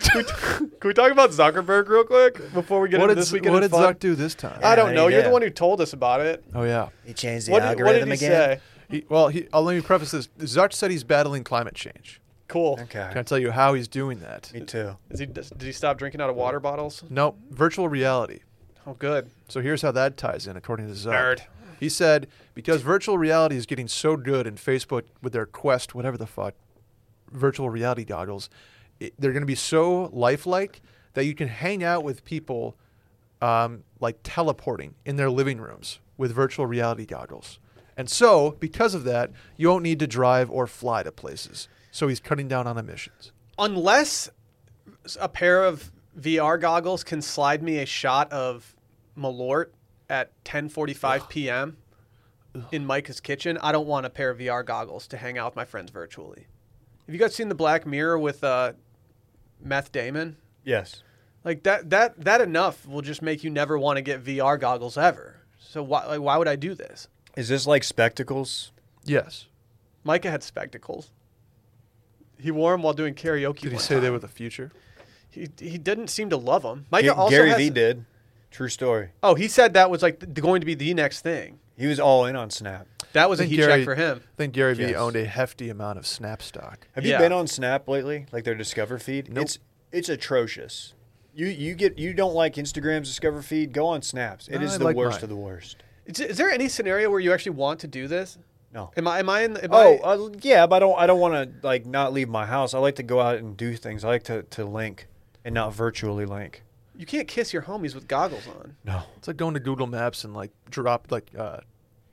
can, we t- can we talk about Zuckerberg real quick before we get What into did, this Z- weekend? what in did fun? Zuck do this time? I don't Yeah, know. You're yeah. the one who told us about it. oh yeah. He changed What did, what did he say? He, well, he, I'll let me preface this. Zuck said he's battling climate change. Cool. Can I Okay. tell you how he's doing that? Me too. Is he does- did he stop drinking out of water bottles? No, virtual reality. Oh, good. So here's how that ties in, according to Zuck. Nerd. He said because virtual reality is getting so good, and Facebook with their Quest, whatever the fuck, virtual reality goggles, it, they're going to be so lifelike that you can hang out with people, um, like teleporting in their living rooms with virtual reality goggles. And so, because of that, you don't need to drive or fly to places. So he's cutting down on emissions. unless a pair of VR goggles can slide me a shot of Malort at 10:45 p.m. in Micah's kitchen, I don't want a pair of VR goggles to hang out with my friends virtually. Have you guys seen the Black Mirror with uh, Meth Damon. Yes. Like that that that enough will just make you never want to get VR goggles ever. So why like, why would I do this? Is this like spectacles? Yes. Micah had spectacles. He wore them while doing karaoke. Did he one say they time. were the future? He, he didn't seem to love them. Micah Ga- also Gary has, Vee did. True story. Oh, he said that was like th- going to be the next thing. He was all in on Snap. That was a Think heat Gary- check for him. I think Gary Vee Yes. owned a hefty amount of Snap stock. Have you Yeah. been on Snap lately? Like their Discover feed? Nope. It's it's atrocious. You you get you don't like Instagram's Discover feed? Go on Snaps. It No, is I the like worst mine. of the worst. Is, is there any scenario where you actually want to do this? No. Am I am I in? the- Am Oh I, uh, yeah, but I don't I don't want to like not leave my house. I like to go out and do things. I like to to link and not virtually link. you can't kiss your homies with goggles on. No. It's like going to Google Maps and like drop like uh,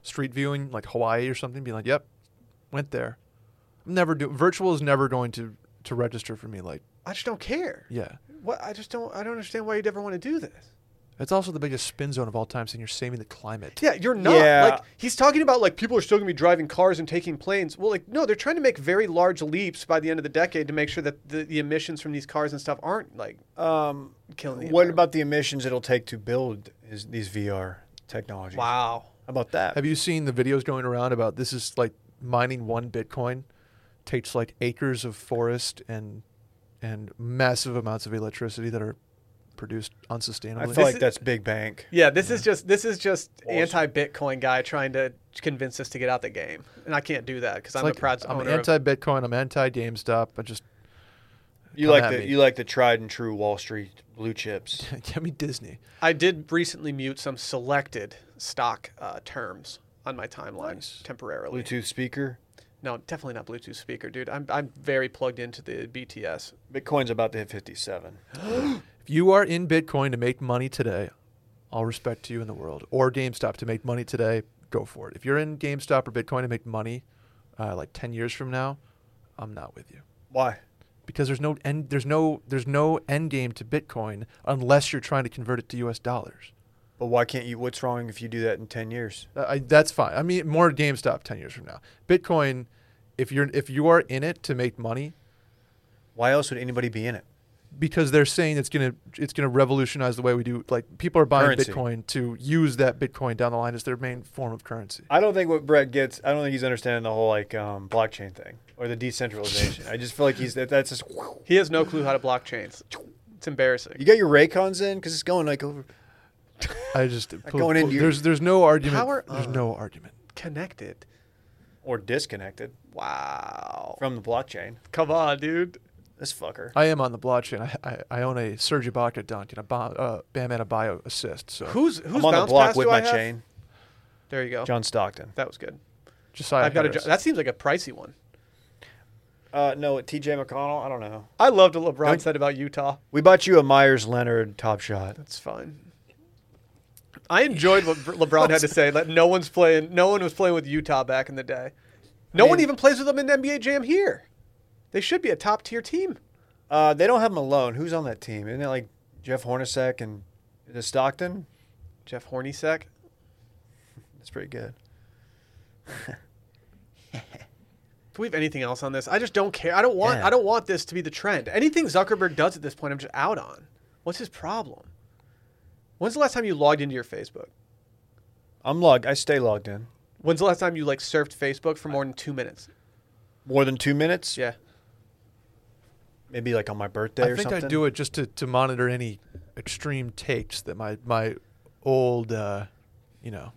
street viewing, like Hawaii or something, being like, "Yep, went there." I'm never do virtual is never going to to register for me. Like, I just don't care. yeah, What I just don't I don't understand why you'd ever want to do this. it's also the biggest spin zone of all time, saying you're saving the climate. Yeah, you're not. Yeah. Like he's talking about like people are still gonna be driving cars and taking planes. Well, like no, they're trying to make very large leaps by the end of the decade to make sure that the, the emissions from these cars and stuff aren't like Um killing the what environment. about the emissions it'll take to build is these VR technologies? Wow. How about that? Have you seen the videos going around about this is like mining one Bitcoin takes like acres of forest and and massive amounts of electricity that are produced unsustainably. I feel This like is- that's big bank. Yeah, this is just this is just Awesome. anti-Bitcoin guy trying to convince us to get out the game, and I can't do that because It's I'm like, a proud I'm owner. of- anti Bitcoin. I'm anti GameStop. I just You Come like at the me. you like the tried and true Wall Street blue chips. get me Disney. I did recently mute some selected stock uh, terms on my timeline Nice. temporarily. Bluetooth speaker. No, definitely not Bluetooth speaker, dude. I'm I'm very plugged into the BTS. Bitcoin's about to hit 57. If you are in Bitcoin to make money today, all respect to you in the world. Or GameStop to make money today, go for it. If you're in GameStop or Bitcoin to make money, uh, like ten years from now, I'm not with you Why? because there's no end. There's no there's no end game to Bitcoin unless you're trying to convert it to U.S. dollars. But why can't you? What's wrong if you do that in 10 years? Uh, I, that's fine. I mean, more GameStop ten years from now. Bitcoin, if you're if you are in it to make money, Why else would anybody be in it? because they're saying it's gonna it's gonna revolutionize the way we do. Like people are buying Currency. Bitcoin to use that Bitcoin down the line as their main form of currency. I don't think what Brett gets. I don't think he's understanding the whole like um, blockchain thing or the decentralization. I just feel like he's that, that's just. He has no clue how to block chains. It's embarrassing. You got your Raycons in because it's going like over. I just going into your- there's there's no argument. Power there's on. no argument. Connected. or disconnected Wow. from the blockchain. Come on, dude. This fucker. Uh, I am on the blockchain. I I, I own a Serge Ibaka dunk and a Bam, uh, Bam Adebayo assist. So Who's who's I'm on the bounce block pass with do I my have? chain. There you go. John Stockton. That was good. Josiah I've got a. Harris. That seems like a pricey one. Uh, no, T.J. McConnell. I don't know. I loved what LeBron Don't- said about Utah. We bought you a Myers Leonard top shot. That's fine. I enjoyed what Br- LeBron had to say. That no one's playing. No one was playing with Utah back in the day. No one mean- even plays with them in NBA Jam here. They should be a top tier team. Uh, they don't have Malone. Who's on that team? Isn't it like Jeff Hornacek and is it Stockton? Jeff Hornacek. That's pretty good. Do we have anything else on this? I just don't care. I don't want. Yeah. I don't want this to be the trend. Anything Zuckerberg does at this point, I'm just out on. What's his problem? When's the last time you logged into your Facebook? I'm logged. I stay logged in. When's the last time you like surfed Facebook for more than two minutes? More than two minutes? Yeah. Maybe like on my birthday I or think something. I do it just to, to monitor any extreme takes that my my old uh, you know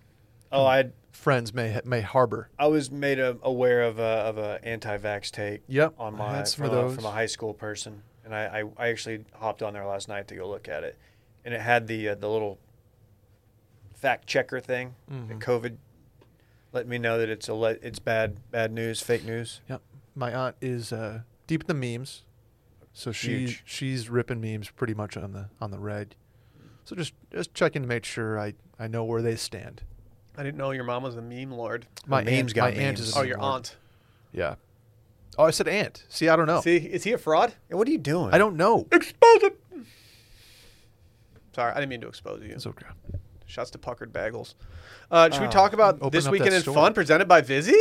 Oh, I friends may ha- may harbor. I was made a, aware of a of a anti-vax take. Yep, On I my had from, some of a, those. from a high school person, and I, I, I actually hopped on there last night to go look at it, and it had the uh, the little fact checker thing. Mm-hmm. The COVID let me know that it's a le- it's bad bad news, fake news. Yep. My aunt is uh, deep in the memes, so she Huge. she's ripping memes pretty much on the on the reg. So just just checking to make sure I, I know where they stand. I didn't know your mom was a meme lord. My memes aunt, got my aunt memes. is a Oh, meme your lord. aunt. Yeah. Oh, I said aunt. See, I don't know. See, is he a fraud? Yeah, what are you doing? I don't know. Expose him. Sorry, I didn't mean to expose you. It's okay. Shouts to Puckered Bagels. Uh, should we Oh, talk about open this up that weekend in store. fun presented by Vizzy?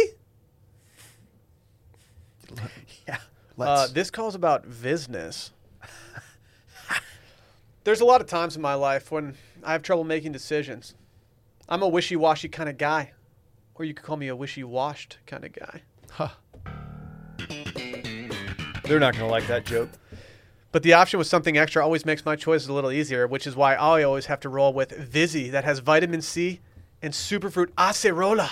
Yeah. Let's. Uh, this calls about business. There's a lot of times in my life when I have trouble making decisions. I'm a wishy washy kind of guy, or you could call me a wishy washed kind of guy. Ha. They're not going to like that joke. But the option with something extra always makes my choices a little easier, which is why I always have to roll with Vizzy that has vitamin C and superfruit acerola.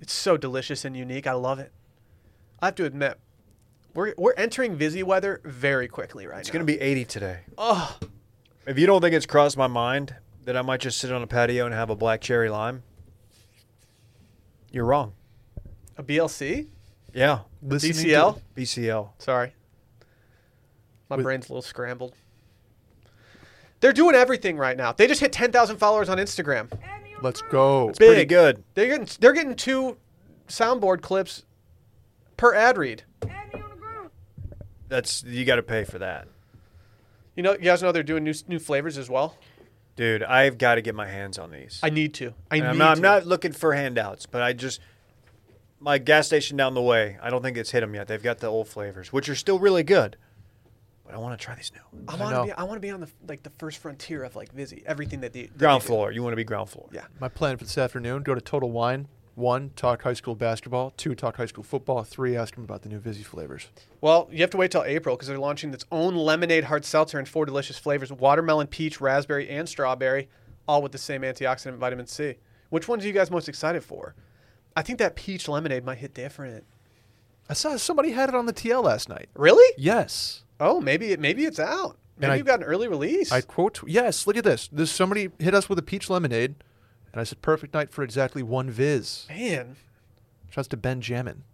It's so delicious and unique. I love it. I have to admit, we're, we're entering Vizzy weather very quickly right It's now. going to be 80 today. Oh, If you don't think it's crossed my mind that I might just sit on a patio and have a black cherry lime, you're wrong. a BLC? Yeah. Listening to- DCL? BCL. Sorry. My With- brain's a little scrambled. They're doing everything right now. They just hit 10,000 followers on Instagram. let's go. Big. Pretty good. They're getting they're getting two soundboard clips per ad read. That's you got to pay for that. You know, you guys know they're doing new new flavors as well. Dude, I've got to get my hands on these. I need to. I And need I'm, not, to. I'm not looking for handouts, but I just my gas station down the way. I don't think it's hit them yet. They've got the old flavors, which are still really good. But I want to try these new. ones. I I want know. to be. I want to be on the like the first frontier of like Vizzy. Everything that the that Ground they do. floor. You want to be ground floor. Yeah. My plan for this afternoon: go to Total Wine. One, talk high school basketball. Two, talk high school football. Three, ask them about the new Vizzy flavors. Well, you have to wait till April because they're launching its own lemonade hard seltzer in four delicious flavors: watermelon, peach, raspberry, and strawberry, all with the same antioxidant vitamin C. Which ones are you guys most excited for? I think that peach lemonade might hit different. I saw somebody had it on the TL last night. Really? Yes. Oh, maybe it. Maybe it's out. Maybe I- you got an early release. I quote, yes, look at this. This somebody hit us with a peach lemonade, and I said, perfect night for exactly one viz. Man, Shouts to Benjamin.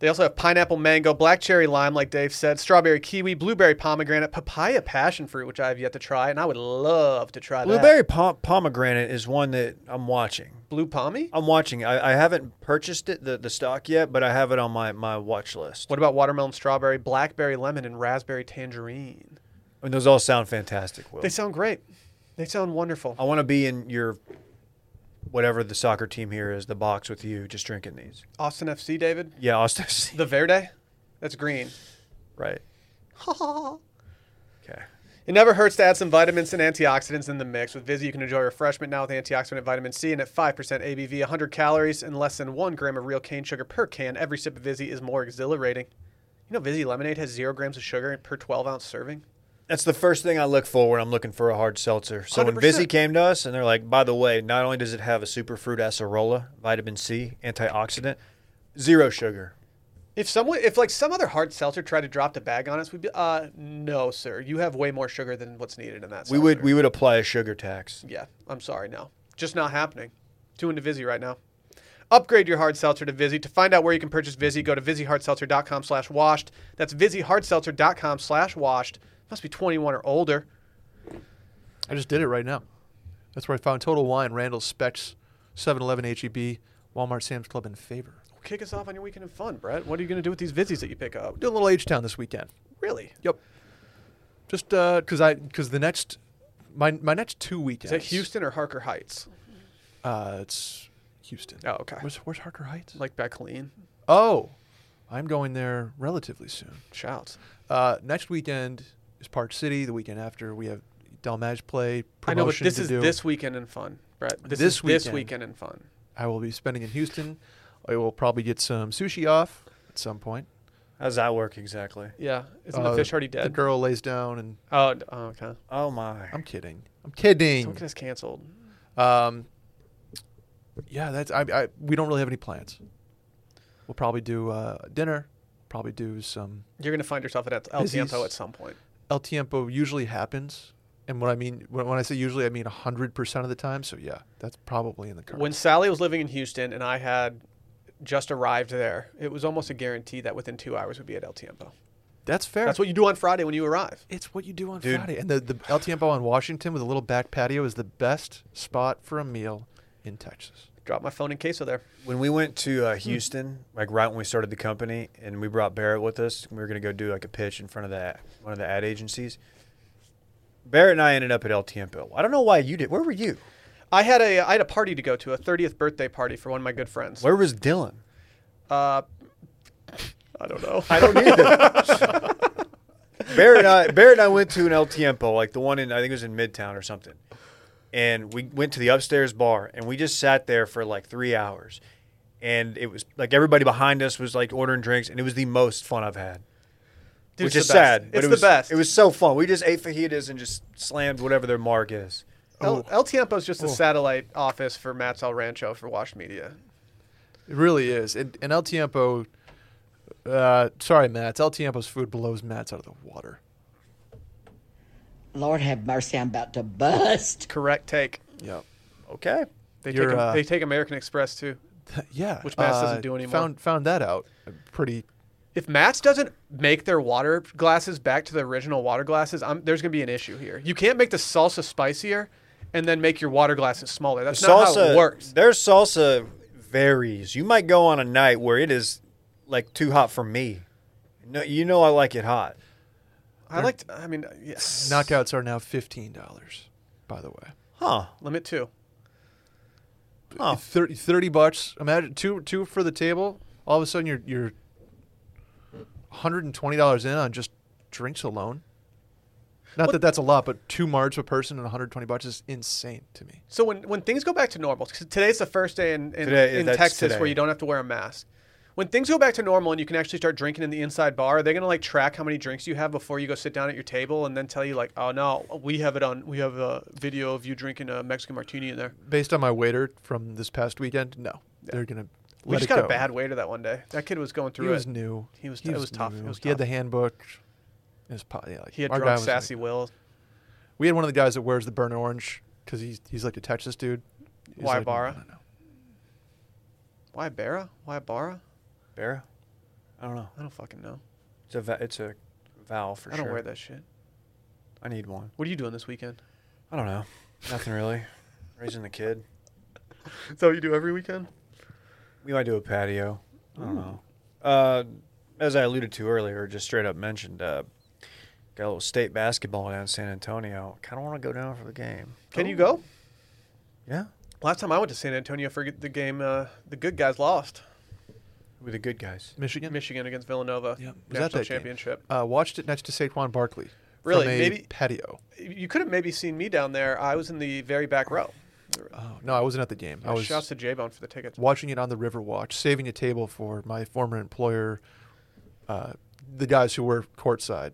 They also have pineapple, mango, black cherry, lime, like Dave said, strawberry, kiwi, blueberry, pomegranate, papaya, passion fruit, which I have yet to try, and I would love to try that. Blueberry pom- pomegranate is one that I'm watching. Blue pommy? I'm watching. I, I haven't purchased it the, the stock yet, but I have it on my, my watch list. What about watermelon, strawberry, blackberry, lemon, and raspberry tangerine? I mean, those all sound fantastic. Will They sound great. They sound wonderful. I want to be in your whatever the soccer team here is, the box with you, just drinking these. Austin FC, David? Yeah, Austin. FC. The verde? That's green. right. Okay. It never hurts to add some vitamins and antioxidants in the mix. With Vizzy, you can enjoy refreshment now with antioxidant vitamin C, and at 5% ABV, 100 calories, and less than one gram of real cane sugar per can, every sip of Vizzy is more exhilarating. You know, Vizzy lemonade has zero grams of sugar per 12 ounce serving. That's the first thing I look for when I'm looking for a hard seltzer. So when 100%. Vizzy came to us and they're like, by the way, not only does it have a superfruit acerola, vitamin C, antioxidant, zero sugar. If someone, if like some other hard seltzer tried to drop the bag on us, we'd be, uh, no, sir. You have way more sugar than what's needed in that. We would seltzer." we would apply a sugar tax. Yeah, I'm sorry, no. Just not happening. Two into Vizzy right now. Upgrade your hard seltzer to Vizzy. To find out where you can purchase Vizzy, go to VizzyHardSeltzer.com slash washed. That's VizzyHardSeltzer.com slash washed. Must be 21 or older. I just did it right now. That's where I found Total Wine, Randall's, Specs, 7 Eleven, HEB, Walmart, Sam's Club, and Favor. Kick us off on your weekend of fun, Brett. What are you going to do with these Vizzies that you pick up? Doing a little H Town this weekend. Really? Yep. Just because I because the next my my next two Is weekends. that Houston or Harker Heights? Uh, it's Houston. Oh, okay. Where's, where's Harker Heights? Like back clean? Oh, I'm going there relatively soon. Shouts. Uh, next weekend is Park City. The weekend after we have Dalmage play. I know, but Promotion this to is do. this weekend in fun, Brett. This, This is this weekend. weekend in fun. I will be spending in Houston. I will probably get some sushi off at some point. How does that work exactly? Yeah. Isn't Uh, the fish already The dead? girl lays down, and oh, d- oh, okay. Oh my. I'm kidding. I'm Someone kidding. gets canceled. Um, yeah, that's. I, I. We don't really have any plans. We'll probably do uh, dinner. Probably do some. You're going to find yourself at El Vizzies. Tiempo at some point. El tiempo usually happens, and what I mean when, when I say usually, I mean hundred percent of the time. So yeah, that's probably in the cards. When Sally was living in Houston and I had just arrived there, it was almost a guarantee that within two hours we'd be at El Tiempo. that's fair. That's what you do on Friday when you arrive. It's what you do on Dude. Friday. And the, the El Tiempo on Washington with a little back patio is the best spot for a meal in Texas. Drop my phone in queso there. When we went to uh, Houston, like right when we started the company, and we brought Barrett with us, we were going to go do like a pitch in front of that one of the ad agencies. Barrett and I ended up at El Tiempo. I don't know why you did. Where were you? I had a I had a party to go to, a 30th birthday party for one of my good friends. Where was Dylan? Uh, I don't know. I don't either. Barrett and I, Barrett and I went to an El Tiempo, like the one in I think it was in Midtown or something, and we went to the upstairs bar and we just sat there for like three hours, and it was like everybody behind us was like ordering drinks, and it was the most fun I've had. Dude, which it's is the best. sad. It's but it the was, best. It was so fun. We just ate fajitas and just slammed whatever their marg is. El, El Tiempo is just a Oh. satellite office for Matt's El Rancho for Wash Media. It really is. And, and El Tiempo, uh, sorry, Matt's. El Tiempo's food blows Matt's out of the water. Lord have mercy, I'm about to bust. Correct take. Yep. Okay. They You're, take, uh, they take American Express too. yeah. uh, Which Matt's doesn't do anymore. Found, found that out. Pretty. If Matt's doesn't make their water glasses back to the original water glasses, I'm, there's going to be an issue here. You can't make the salsa spicier and then make your water glasses smaller. That's not how it works. Their salsa varies. You might go on a night where it is like too hot for me. No, you know I like it hot. I like. To, I mean, uh, yes. Knockouts are now fifteen dollars. By the way, Huh. limit two. Huh. 30, 30 bucks. Imagine two two for the table. All of a sudden, you're you're one hundred and twenty dollars in on just drinks alone. Not that that's a lot, but two margs per person and one hundred twenty bucks is insane to me. So when, when things go back to normal, 'cause today's the first day in, in, Today, in that's Texas today. where you don't have to wear a mask. When things go back to normal and you can actually start drinking in the inside bar, are they gonna like track how many drinks you have before you go sit down at your table and then tell you like, oh no, we have it on, we have a video of you drinking a Mexican martini in there. Based on my waiter from this past weekend, no, they're gonna. We let just it got go. a bad waiter that one day. That kid was going through He it. was new. He was- it was tough. It new. was he had tough. the handbook. It was po- yeah, like, He had our guy drunk was like- sassy Will. we had one of the guys that wears the burnt orange because he's he's like a Texas dude. He's Why like, "No, Barra?" no, no. Why Barra? Why Barra? Vera? I don't know. I don't fucking know. It's a va- it's a vowel for I don't sure. wear that shit. I need one. What are you doing this weekend? I don't know. Nothing really. Raising the kid. Is that what you do every weekend? We might do a patio. I don't know. Uh, as I alluded to earlier, just straight up mentioned, uh, got a little state basketball down in San Antonio. Kind of want to go down for the game. Can you go? Yeah. Last time I went to San Antonio for the game, uh, the good guys lost. With the good guys. Michigan. Michigan against Villanova. Yeah, was that national that game? championship. Uh, watched it next to Saquon Barkley. Really? From a Maybe- patio. You could have maybe seen me down there. I was in the very back row. Oh no, I wasn't at the game. I was Shouts to J Bone for the tickets. watching it on the River Watch, saving a table for my former employer, uh, the guys who were courtside.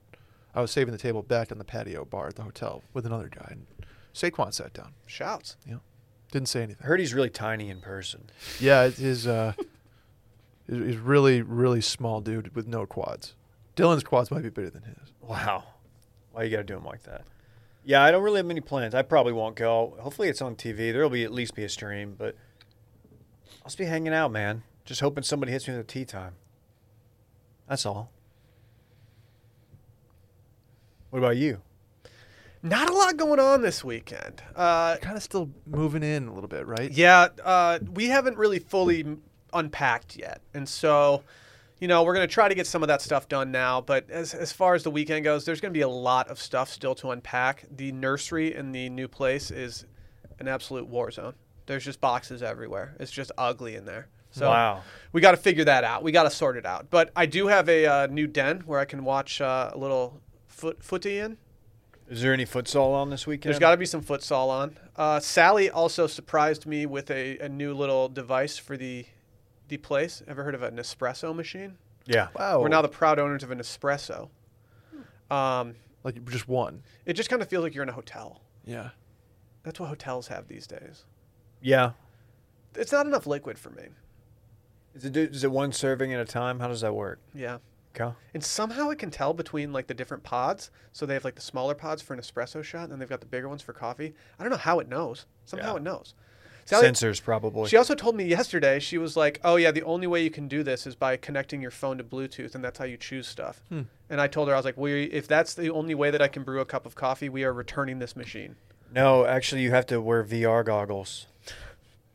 I was saving the table back on the patio bar at the hotel with another guy, and Saquon sat down. Shouts. Yeah, didn't say I anything. heard he's really tiny in person. Yeah, it- his uh, he's he's really really small dude with no quads. Dylan's quads might be bigger than his. Wow. Why you got to do him like that? Yeah, I don't really have many plans. I probably won't go. Hopefully, it's on TV. There'll be at least be a stream, but I'll just be hanging out, man. Just hoping somebody hits me with a tea time. That's all. What about you? Not a lot going on this weekend. Uh, Kind of still moving in a little bit, right? Yeah, uh, we haven't really fully m- unpacked yet, and so you know we're going to try to get some of that stuff done now. But as as far as the weekend goes, there's going to be a lot of stuff still to unpack. The nursery in the new place is an absolute war zone. There's just boxes everywhere. It's just ugly in there. So Wow. we got to figure that out. We got to sort it out. But I do have a uh, new den where I can watch uh, a little foot footy in. Is there any futsal on this weekend? There's got to be some futsal on. Uh, Sally also surprised me with a, a new little device for the the place. Ever heard of an espresso machine? Yeah. Wow. We're Oh. now the proud owners of an espresso. Um, like just one. it just kind of feels like you're in a hotel. Yeah. That's what hotels have these days. Yeah. It's not enough liquid for me. Is it is it one serving at a time? How does that work? Yeah. Okay. And somehow it can tell between like the different pods. So they have like the smaller pods for an espresso shot, and then they've got the bigger ones for coffee. I don't know how it knows. Somehow Yeah. it knows. Sensors probably. She also told me yesterday, she was like, oh, yeah, the only way you can do this is by connecting your phone to Bluetooth, and that's how you choose stuff. And I told her, I was like, we, if that's the only way that I can brew a cup of coffee, we are returning this machine. No, actually, you have to wear VR goggles,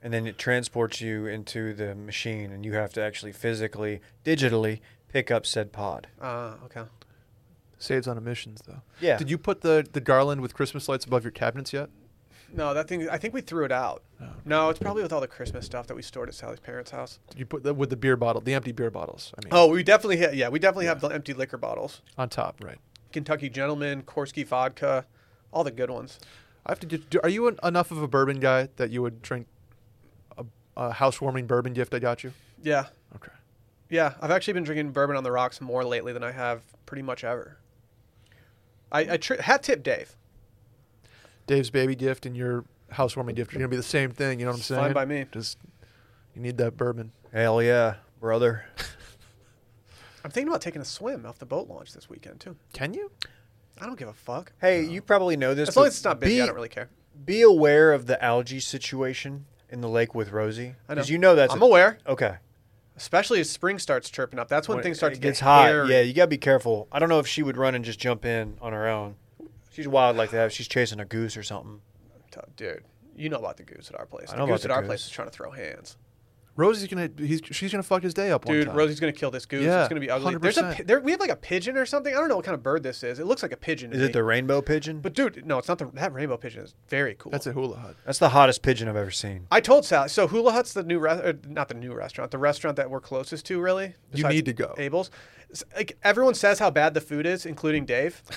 and then it transports you into the machine, and you have to actually physically, digitally pick up said pod. Uh, okay. Saves on emissions though. Yeah. Did you put the, the garland with Christmas lights above your cabinets yet? No, that thing, I think we threw it out. No, it's probably with all the Christmas stuff that we stored at Sally's parents' house. Did you put the, with the beer bottle, the empty beer bottles? I mean, Oh, we definitely, ha- yeah, we definitely have the empty liquor bottles. on top, right? Kentucky Gentleman, Korsky Vodka, all the good ones. I have to. Do, do- are you an, enough of a bourbon guy that you would drink a, a housewarming bourbon gift I got you? Yeah. Okay. Yeah, I've actually been drinking bourbon on the rocks more lately than I have pretty much ever. I, I tri- hat tip Dave. Dave's baby gift and your housewarming gift are going to be the same thing. You know what I'm It's saying? fine by me. Just you need that bourbon. Hell yeah, brother. I'm thinking about taking a swim off the boat launch this weekend too. Can you? I don't give a fuck. Hey, you probably know this. As long but as it's not busy, I be- don't really care. Be aware of the algae situation in the lake with Rosie. I know. Because you know that's I'm a- aware, Okay. especially as spring starts chirping up. That's when, things start it to gets get hot. hairy. Yeah, you gotta be careful. I don't know if she would run and just jump in on her own. She's wild like that. If she's chasing a goose or something. T- dude. You know about the goose at our place. I The know about goose the at our goose. place is trying to throw hands. Rosie's gonna. He's, she's gonna fuck his day up. one Dude, time. Rosie's gonna kill this goose. Yeah, it's gonna be ugly. There's a 100%. pi- there, we have like a pigeon or something. I don't know what kind of bird this is. It looks like a pigeon. to Is me. it the rainbow pigeon? But dude, no, it's not the that rainbow pigeon is very cool. That's a hula hut. that's the hottest pigeon I've ever seen. I told Sally. So Hula Hut's the new restaurant, not the new restaurant, the restaurant that we're closest to, really. besides need to go. Abel's. S- Like everyone says how bad the food is, including Dave.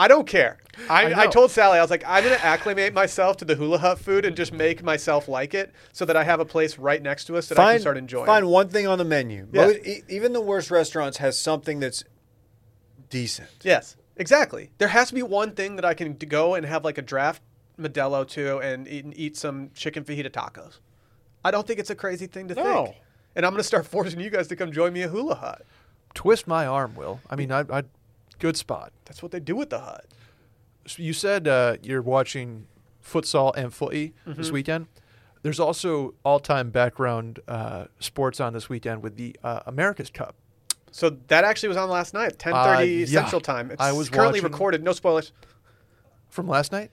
I don't care. I, I I, know. told Sally I was like, I'm gonna acclimate myself to the Hula Hut food and just make myself like it, so that I have a place right next to us that I can start enjoying. Find one thing on the menu. Yeah. Most- e- even the worst restaurants has something that's decent. Yes, exactly. There has to be one thing that I can d- go and have like a draft Modelo to and eat, and eat some chicken fajita tacos. I don't think it's a crazy thing to No. think. And I'm gonna start forcing you guys to come join me at Hula Hut. Twist my arm, Will. I mean, I. I good spot. That's what they do with the hut. So you said uh, you're watching futsal and footy Mm-hmm. this weekend. There's also all-time background uh, sports on this weekend with the uh, America's Cup. So that actually was on last night, 10:30 Uh, yeah. Central Time. It's I was currently watching- recorded. No spoilers. from last night.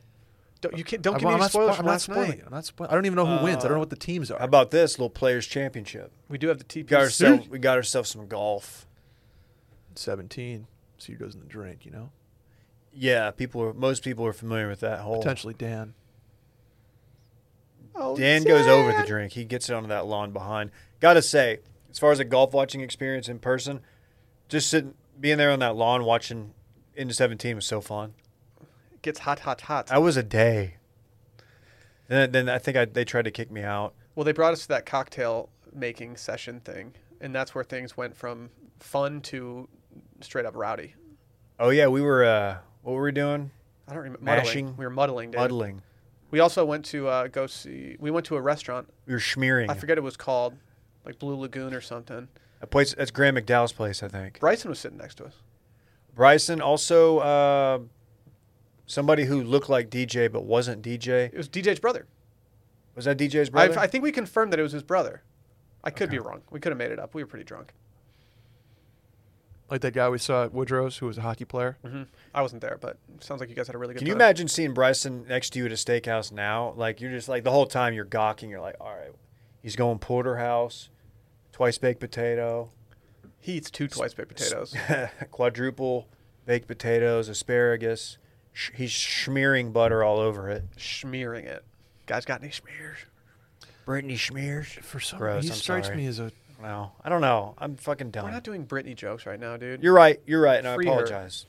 Don't, you can't. Don't I'm- give me I'm any not spo- spoilers I'm from not last spoiling night. Uh, it. I'm not spoil- I don't even know who wins. I don't know what the teams are. How about this little players championship? We do have the We got ourselves TPC. we got ourselves some golf. 17. So you goes in the drink, you know? Yeah, people are most people are familiar with that whole Potentially Dan. Oh, Dan goes over the Jan. drink. He gets it onto that lawn behind. Gotta say, as far as a golf watching experience in person, just sitting being there on that lawn watching into seventeen was so fun. Gets hot, hot, hot. That was a day. Then, then I think I, they tried to kick me out. Well, they brought us to that cocktail making session thing, and that's where things went from fun to straight up rowdy. Oh yeah, we were uh, what were we doing? I don't remember Mashing. muddling. We were muddling. Dave. Muddling. We also went to uh, go see. We went to a restaurant. We were smearing. I forget it was called, like Blue Lagoon or something. a place that's Graham McDowell's place, I think. Bryson was sitting next to us. Bryson also uh, somebody who looked like DJ but wasn't DJ. It was DJ's brother. Was that DJ's I, brother? I think we confirmed that it was his brother. I could be wrong. We could have made it up. We were pretty drunk. Like that guy we saw at Woodrow's who was a hockey player. hmm I wasn't there, but it sounds like you guys had a really good. Mm-hmm. Can you time. imagine seeing Bryson next to you at a steakhouse now? Like you're just like the whole time you're gawking. You're like, all right, he's going porterhouse, twice baked potato, He eats two twice baked potatoes. quadruple baked potatoes, asparagus. Sh- he's smearing butter all over it. Smearing it. Guys got any smears? Brittany smears. For some Gross, he I'm strikes sorry. me as a. No, I don't know. I'm fucking We're done. not doing Britney jokes right now, dude. Um, you're right. You're right, and I Free her. apologize.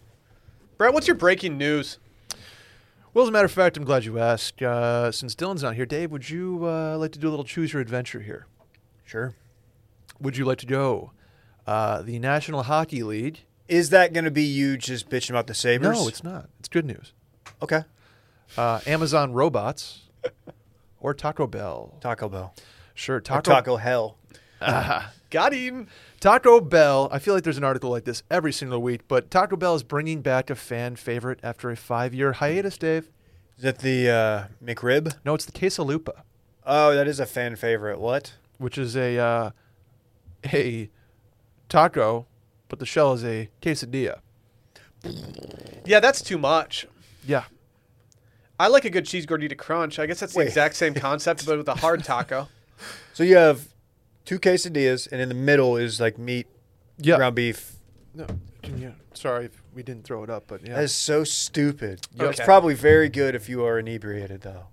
Brett, what's your breaking news? Well, as a matter of fact, I'm glad you asked. Uh, since Dylan's not here, Dave, would you uh, like to do a little choose your adventure here? Sure. Would you like to go? Uh, the National Hockey League. Is that going to be you just bitching about the Sabers? No, it's not. It's good news. okay. Uh, Amazon robots or Taco Bell. Taco Bell. Sure, Or Taco Taco Hell. Got him. Taco Bell, I feel like there's an article like this every single week, but Taco Bell is bringing back a fan favorite after a five year hiatus, Dave. Is that the uh, McRib? No, it's the Quesalupa, Oh, that is a fan favorite. What? which is a, uh, a taco, but the shell is a quesadilla. Yeah, that's too much. Yeah. I like a good cheese gordita crunch. I guess that's the Wait. exact same concept, but with a hard taco. So you have two quesadillas, and in the middle is like meat, Yeah. ground beef. No, can you, sorry if we didn't throw it up, but yeah. That is so stupid. Yep. It's Okay. probably very good if you are inebriated, though.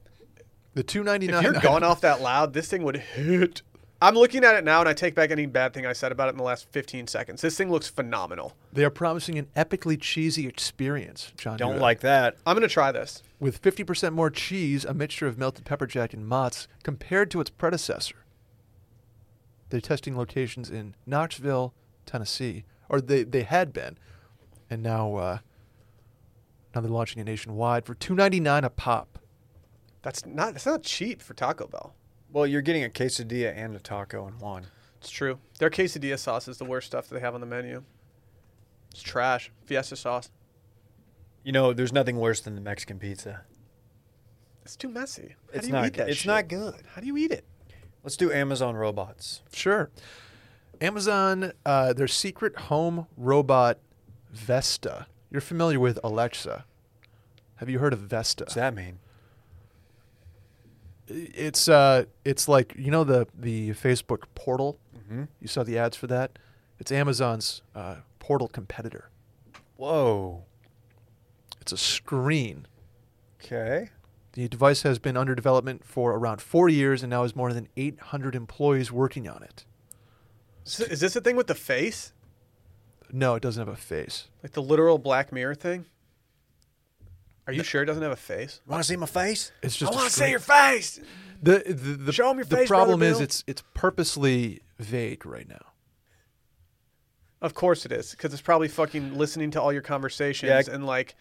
the two ninety If nine. you're going off that loud, this thing would hit. I'm looking at it now, and I take back any bad thing I said about it in the last 15 seconds. This thing looks phenomenal. They are promising an epically cheesy experience, John. Don't Duda. like that. I'm gonna try this. With 50% more cheese, a mixture of melted pepper jack and Mott's, compared to its predecessor. They're testing locations in Knoxville, Tennessee, or they, they had been, and now uh, now they're launching it nationwide for 2.99 a pop. That's not. That's not cheap for Taco Bell. Well, you're getting a quesadilla and a taco in one. It's true. Their quesadilla sauce is the worst stuff that they have on the menu. It's trash. Fiesta sauce. You know, there's nothing worse than the Mexican pizza. It's too messy. How It's do you not. eat that it's shit? not good. How do you eat it? Let's do Amazon robots. Sure. Amazon, uh, their secret home robot, Vesta. You're familiar with Alexa. Have you heard of Vesta? What's that mean? it's uh, it's like you know the the Facebook portal. Mm-hmm. You saw the ads for that. It's Amazon's uh, portal competitor. Whoa. It's a screen. Okay. The device has been under development for around four years and now has more than 800 employees working on it. Is, is this the thing with the face? No, it doesn't have a face. Like the literal Black Mirror thing? Are you sure it doesn't have a face? Want to see my face? It's just. a wanna screen. face. The the, the, Show 'em your the face, problem Brother is Bill. it's it's purposely vague right now. Of course it is, because it's probably fucking listening to all your conversations Yeah. and like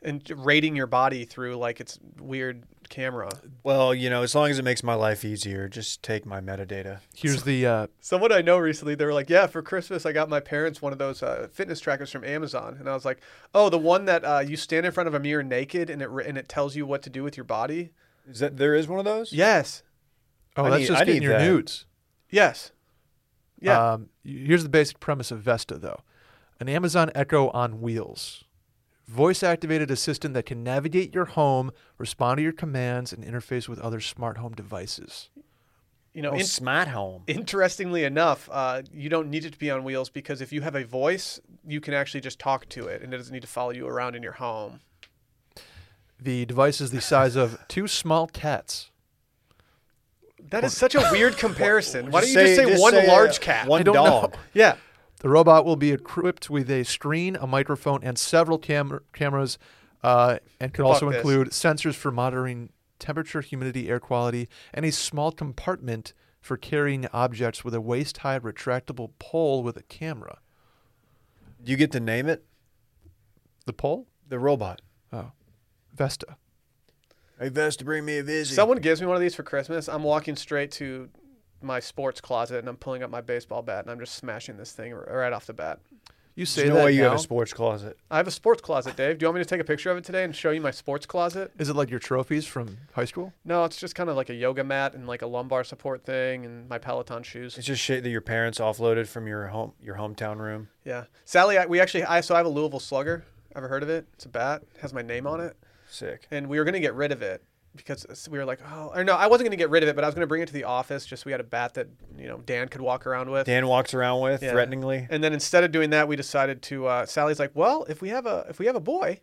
and rating your body through like its weird camera. Well, you know, as long as it makes my life easier, just take my metadata. Here's the uh, Someone I know recently, they were like, "Yeah, for Christmas, I got my parents one of those uh, fitness trackers from Amazon," and I was like, "Oh, the one that uh, you stand in front of a mirror naked and it ra- and it tells you what to do with your body." Is that there is one of those? Yes, oh I that's need- just I getting need your that. nudes. yes, yeah. Um, here's the basic premise of Vesta though, an Amazon Echo on wheels, voice activated assistant that can navigate your home, respond to your commands, and interface with other smart home devices. you know, Oh, in- smart home. interestingly enough, uh, you don't need it to be on wheels because if you have a voice, you can actually just talk to it, and it doesn't need to follow you around in your home. The device is the size of two small cats. That is such a weird comparison. Why don't you Say- just say one uh, large cat? One I don't dog. know. Yeah. The robot will be equipped with a screen, a microphone, and several cam- cameras, uh, and could also Fuck this. include sensors for monitoring temperature, humidity, air quality, and a small compartment for carrying objects with a waist high retractable pole with a camera. You get to name it The pole? the robot. Oh, Vesta. Hey, Vesta, bring me a visit. Someone gives me one of these for Christmas. I'm walking straight to my sports closet and I'm pulling up my baseball bat and I'm just smashing this thing r- right off the bat. You say There's no that way you now. have a sports closet. I have a sports closet, Dave. Do you want me to take a picture of it today and show you my sports closet? Is it like your trophies from high school? No, it's just kind of like a yoga mat and like a lumbar support thing and my Peloton shoes. It's just shit that your parents offloaded from your home, your hometown room. Yeah. Sally, I, we actually, I so I have a Louisville Slugger. Ever heard of it? It's a bat. It has my name on it. Sick. and we were gonna get rid of it because s- we were like, oh, or no, I wasn't gonna get rid of it, but I was gonna bring it to the office. Just we had a bat that you know Dan could walk around with. Dan walks around with Yeah. threateningly. And then instead of doing that, we decided to. Uh, Sally's like, well, if we have a if we have a boy,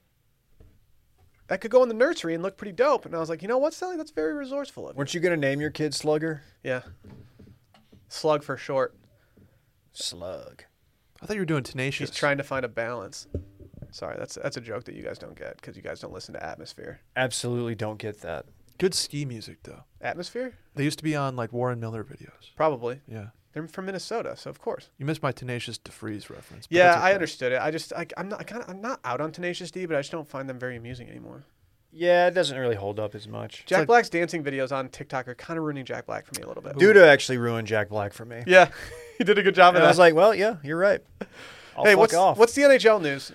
that could go in the nursery and look pretty dope. And I was like, you know what, Sally, that's very resourceful of you. Weren't you gonna name your kid Slugger? Yeah. Slug for short. Slug. I thought you were doing Tenacious. She's trying to find a balance. Sorry, that's that's a joke that you guys don't get because you guys don't listen to Atmosphere. Absolutely don't get that. Good ski music, though. Atmosphere? They used to be on like Warren Miller videos. Probably. Yeah. They're from Minnesota, so of course. You missed my Tenacious DeFreeze reference. but Yeah, that's I okay. understood it. I just I, I'm not kind of I'm not out on Tenacious D, but I just don't find them very amusing anymore. Yeah, it doesn't really hold up as much. Jack like- Black's dancing videos on TikTok are kind of ruining Jack Black for me a little bit. Duda actually ruined Jack Black for me. yeah, he did a good job. And I was like, well, yeah, you're right. I'll hey, fuck what's off. what's the NHL news?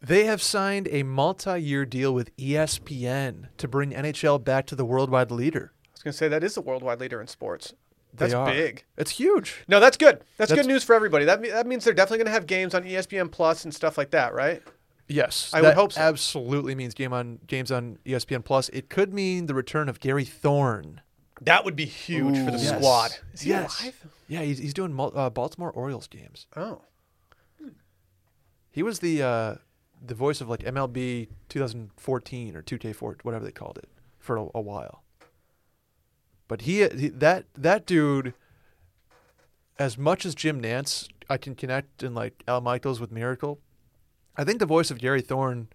They have signed a multi year deal with E ESPN to bring NHL back to the worldwide leader. I was gonna say that is the worldwide leader in sports. They That's are. big. It's huge. No, that's good. That's, That's- good news for everybody. That me- that means they're definitely gonna have games on E ESPN Plus and stuff like that, right? Yes. I would that hope so. Absolutely means game on games on E ESPN Plus. It could mean the return of Gary Thorne. That would be huge for the Yes. squad. Is he Yes. alive? Yeah, he's, he's doing mul- uh, Baltimore Orioles games. Oh, He was the uh, the voice of like MLB 2014 or 2K4, whatever they called it, for a, a while. But he, he that that dude as much as Jim Nance, I can connect in like Al Michaels with Miracle. I think the voice of Gary Thorne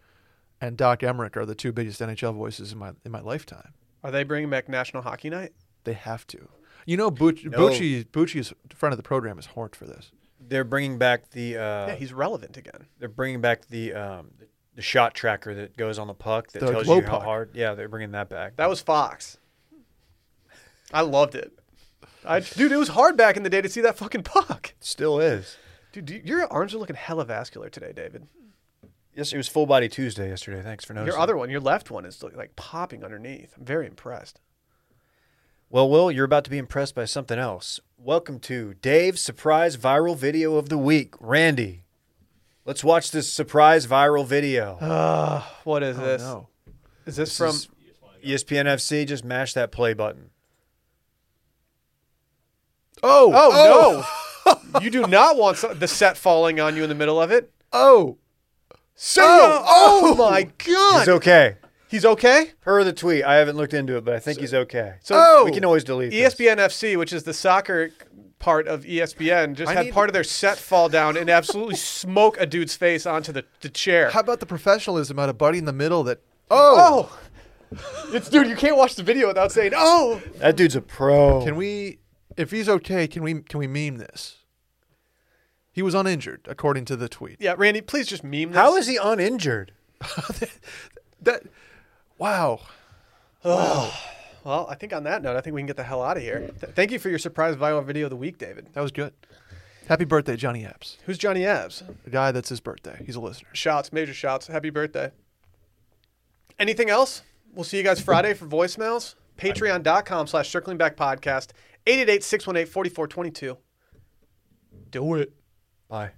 and Doc Emmerich are the two biggest NHL voices in my in my lifetime. Are they bringing back National Hockey Night? They have to. You know, Bucci, No. Bucci, Bucci's friend of the program is horned for this. They're bringing back the. Uh, yeah, he's relevant again. they're bringing back the um, the shot tracker that goes on the puck that The tells glow you how puck. hard. Yeah, they're bringing that back. That was Fox. I loved it. I, dude, it was hard back in the day to see that fucking puck. still is. Dude, you- your arms are looking hella vascular today, David. Yes, it was full body Tuesday yesterday. Thanks for noticing. Your other one, your left one, is like popping underneath. I'm very impressed. Well, Will, you're about to be impressed by something else. Welcome to Dave's surprise viral video of the week. Randy, let's watch this surprise viral video. What is this? Oh, no. Is this, From E from? ESPN FC, just mash that play button. Oh, Oh, no! you do not want so- the set falling on you in the middle of it. oh, So oh, my god! It's okay. He's okay. Per the tweet, I haven't looked into it, but I think he's okay. So E Oh! we can always delete this. ESPN FC, which is the soccer part of E ESPN, just I had need- part of their set fall down and absolutely smoke a dude's face onto the, the chair. How about the professionalism out of Buddy in the middle? That oh, it's dude, you can't watch the video without saying oh. That dude's a pro. oh, can we? If he's okay, can we? Can we meme this? He was uninjured, according to the tweet. Yeah, Randy, please just meme this. How is he uninjured? That wow. Well, I think on that note, I think we can get the hell out of here. Th- thank you for your surprise viral video of the week, David. That was good. Happy birthday, Johnny Epps. Who's Johnny Abs? The guy that's his birthday. He's a listener. Shots, major shots. Happy birthday. Anything else? We'll see you guys Friday for voicemails. Patreon.com slash circling back podcast. 888 618 4422. Do it. Bye.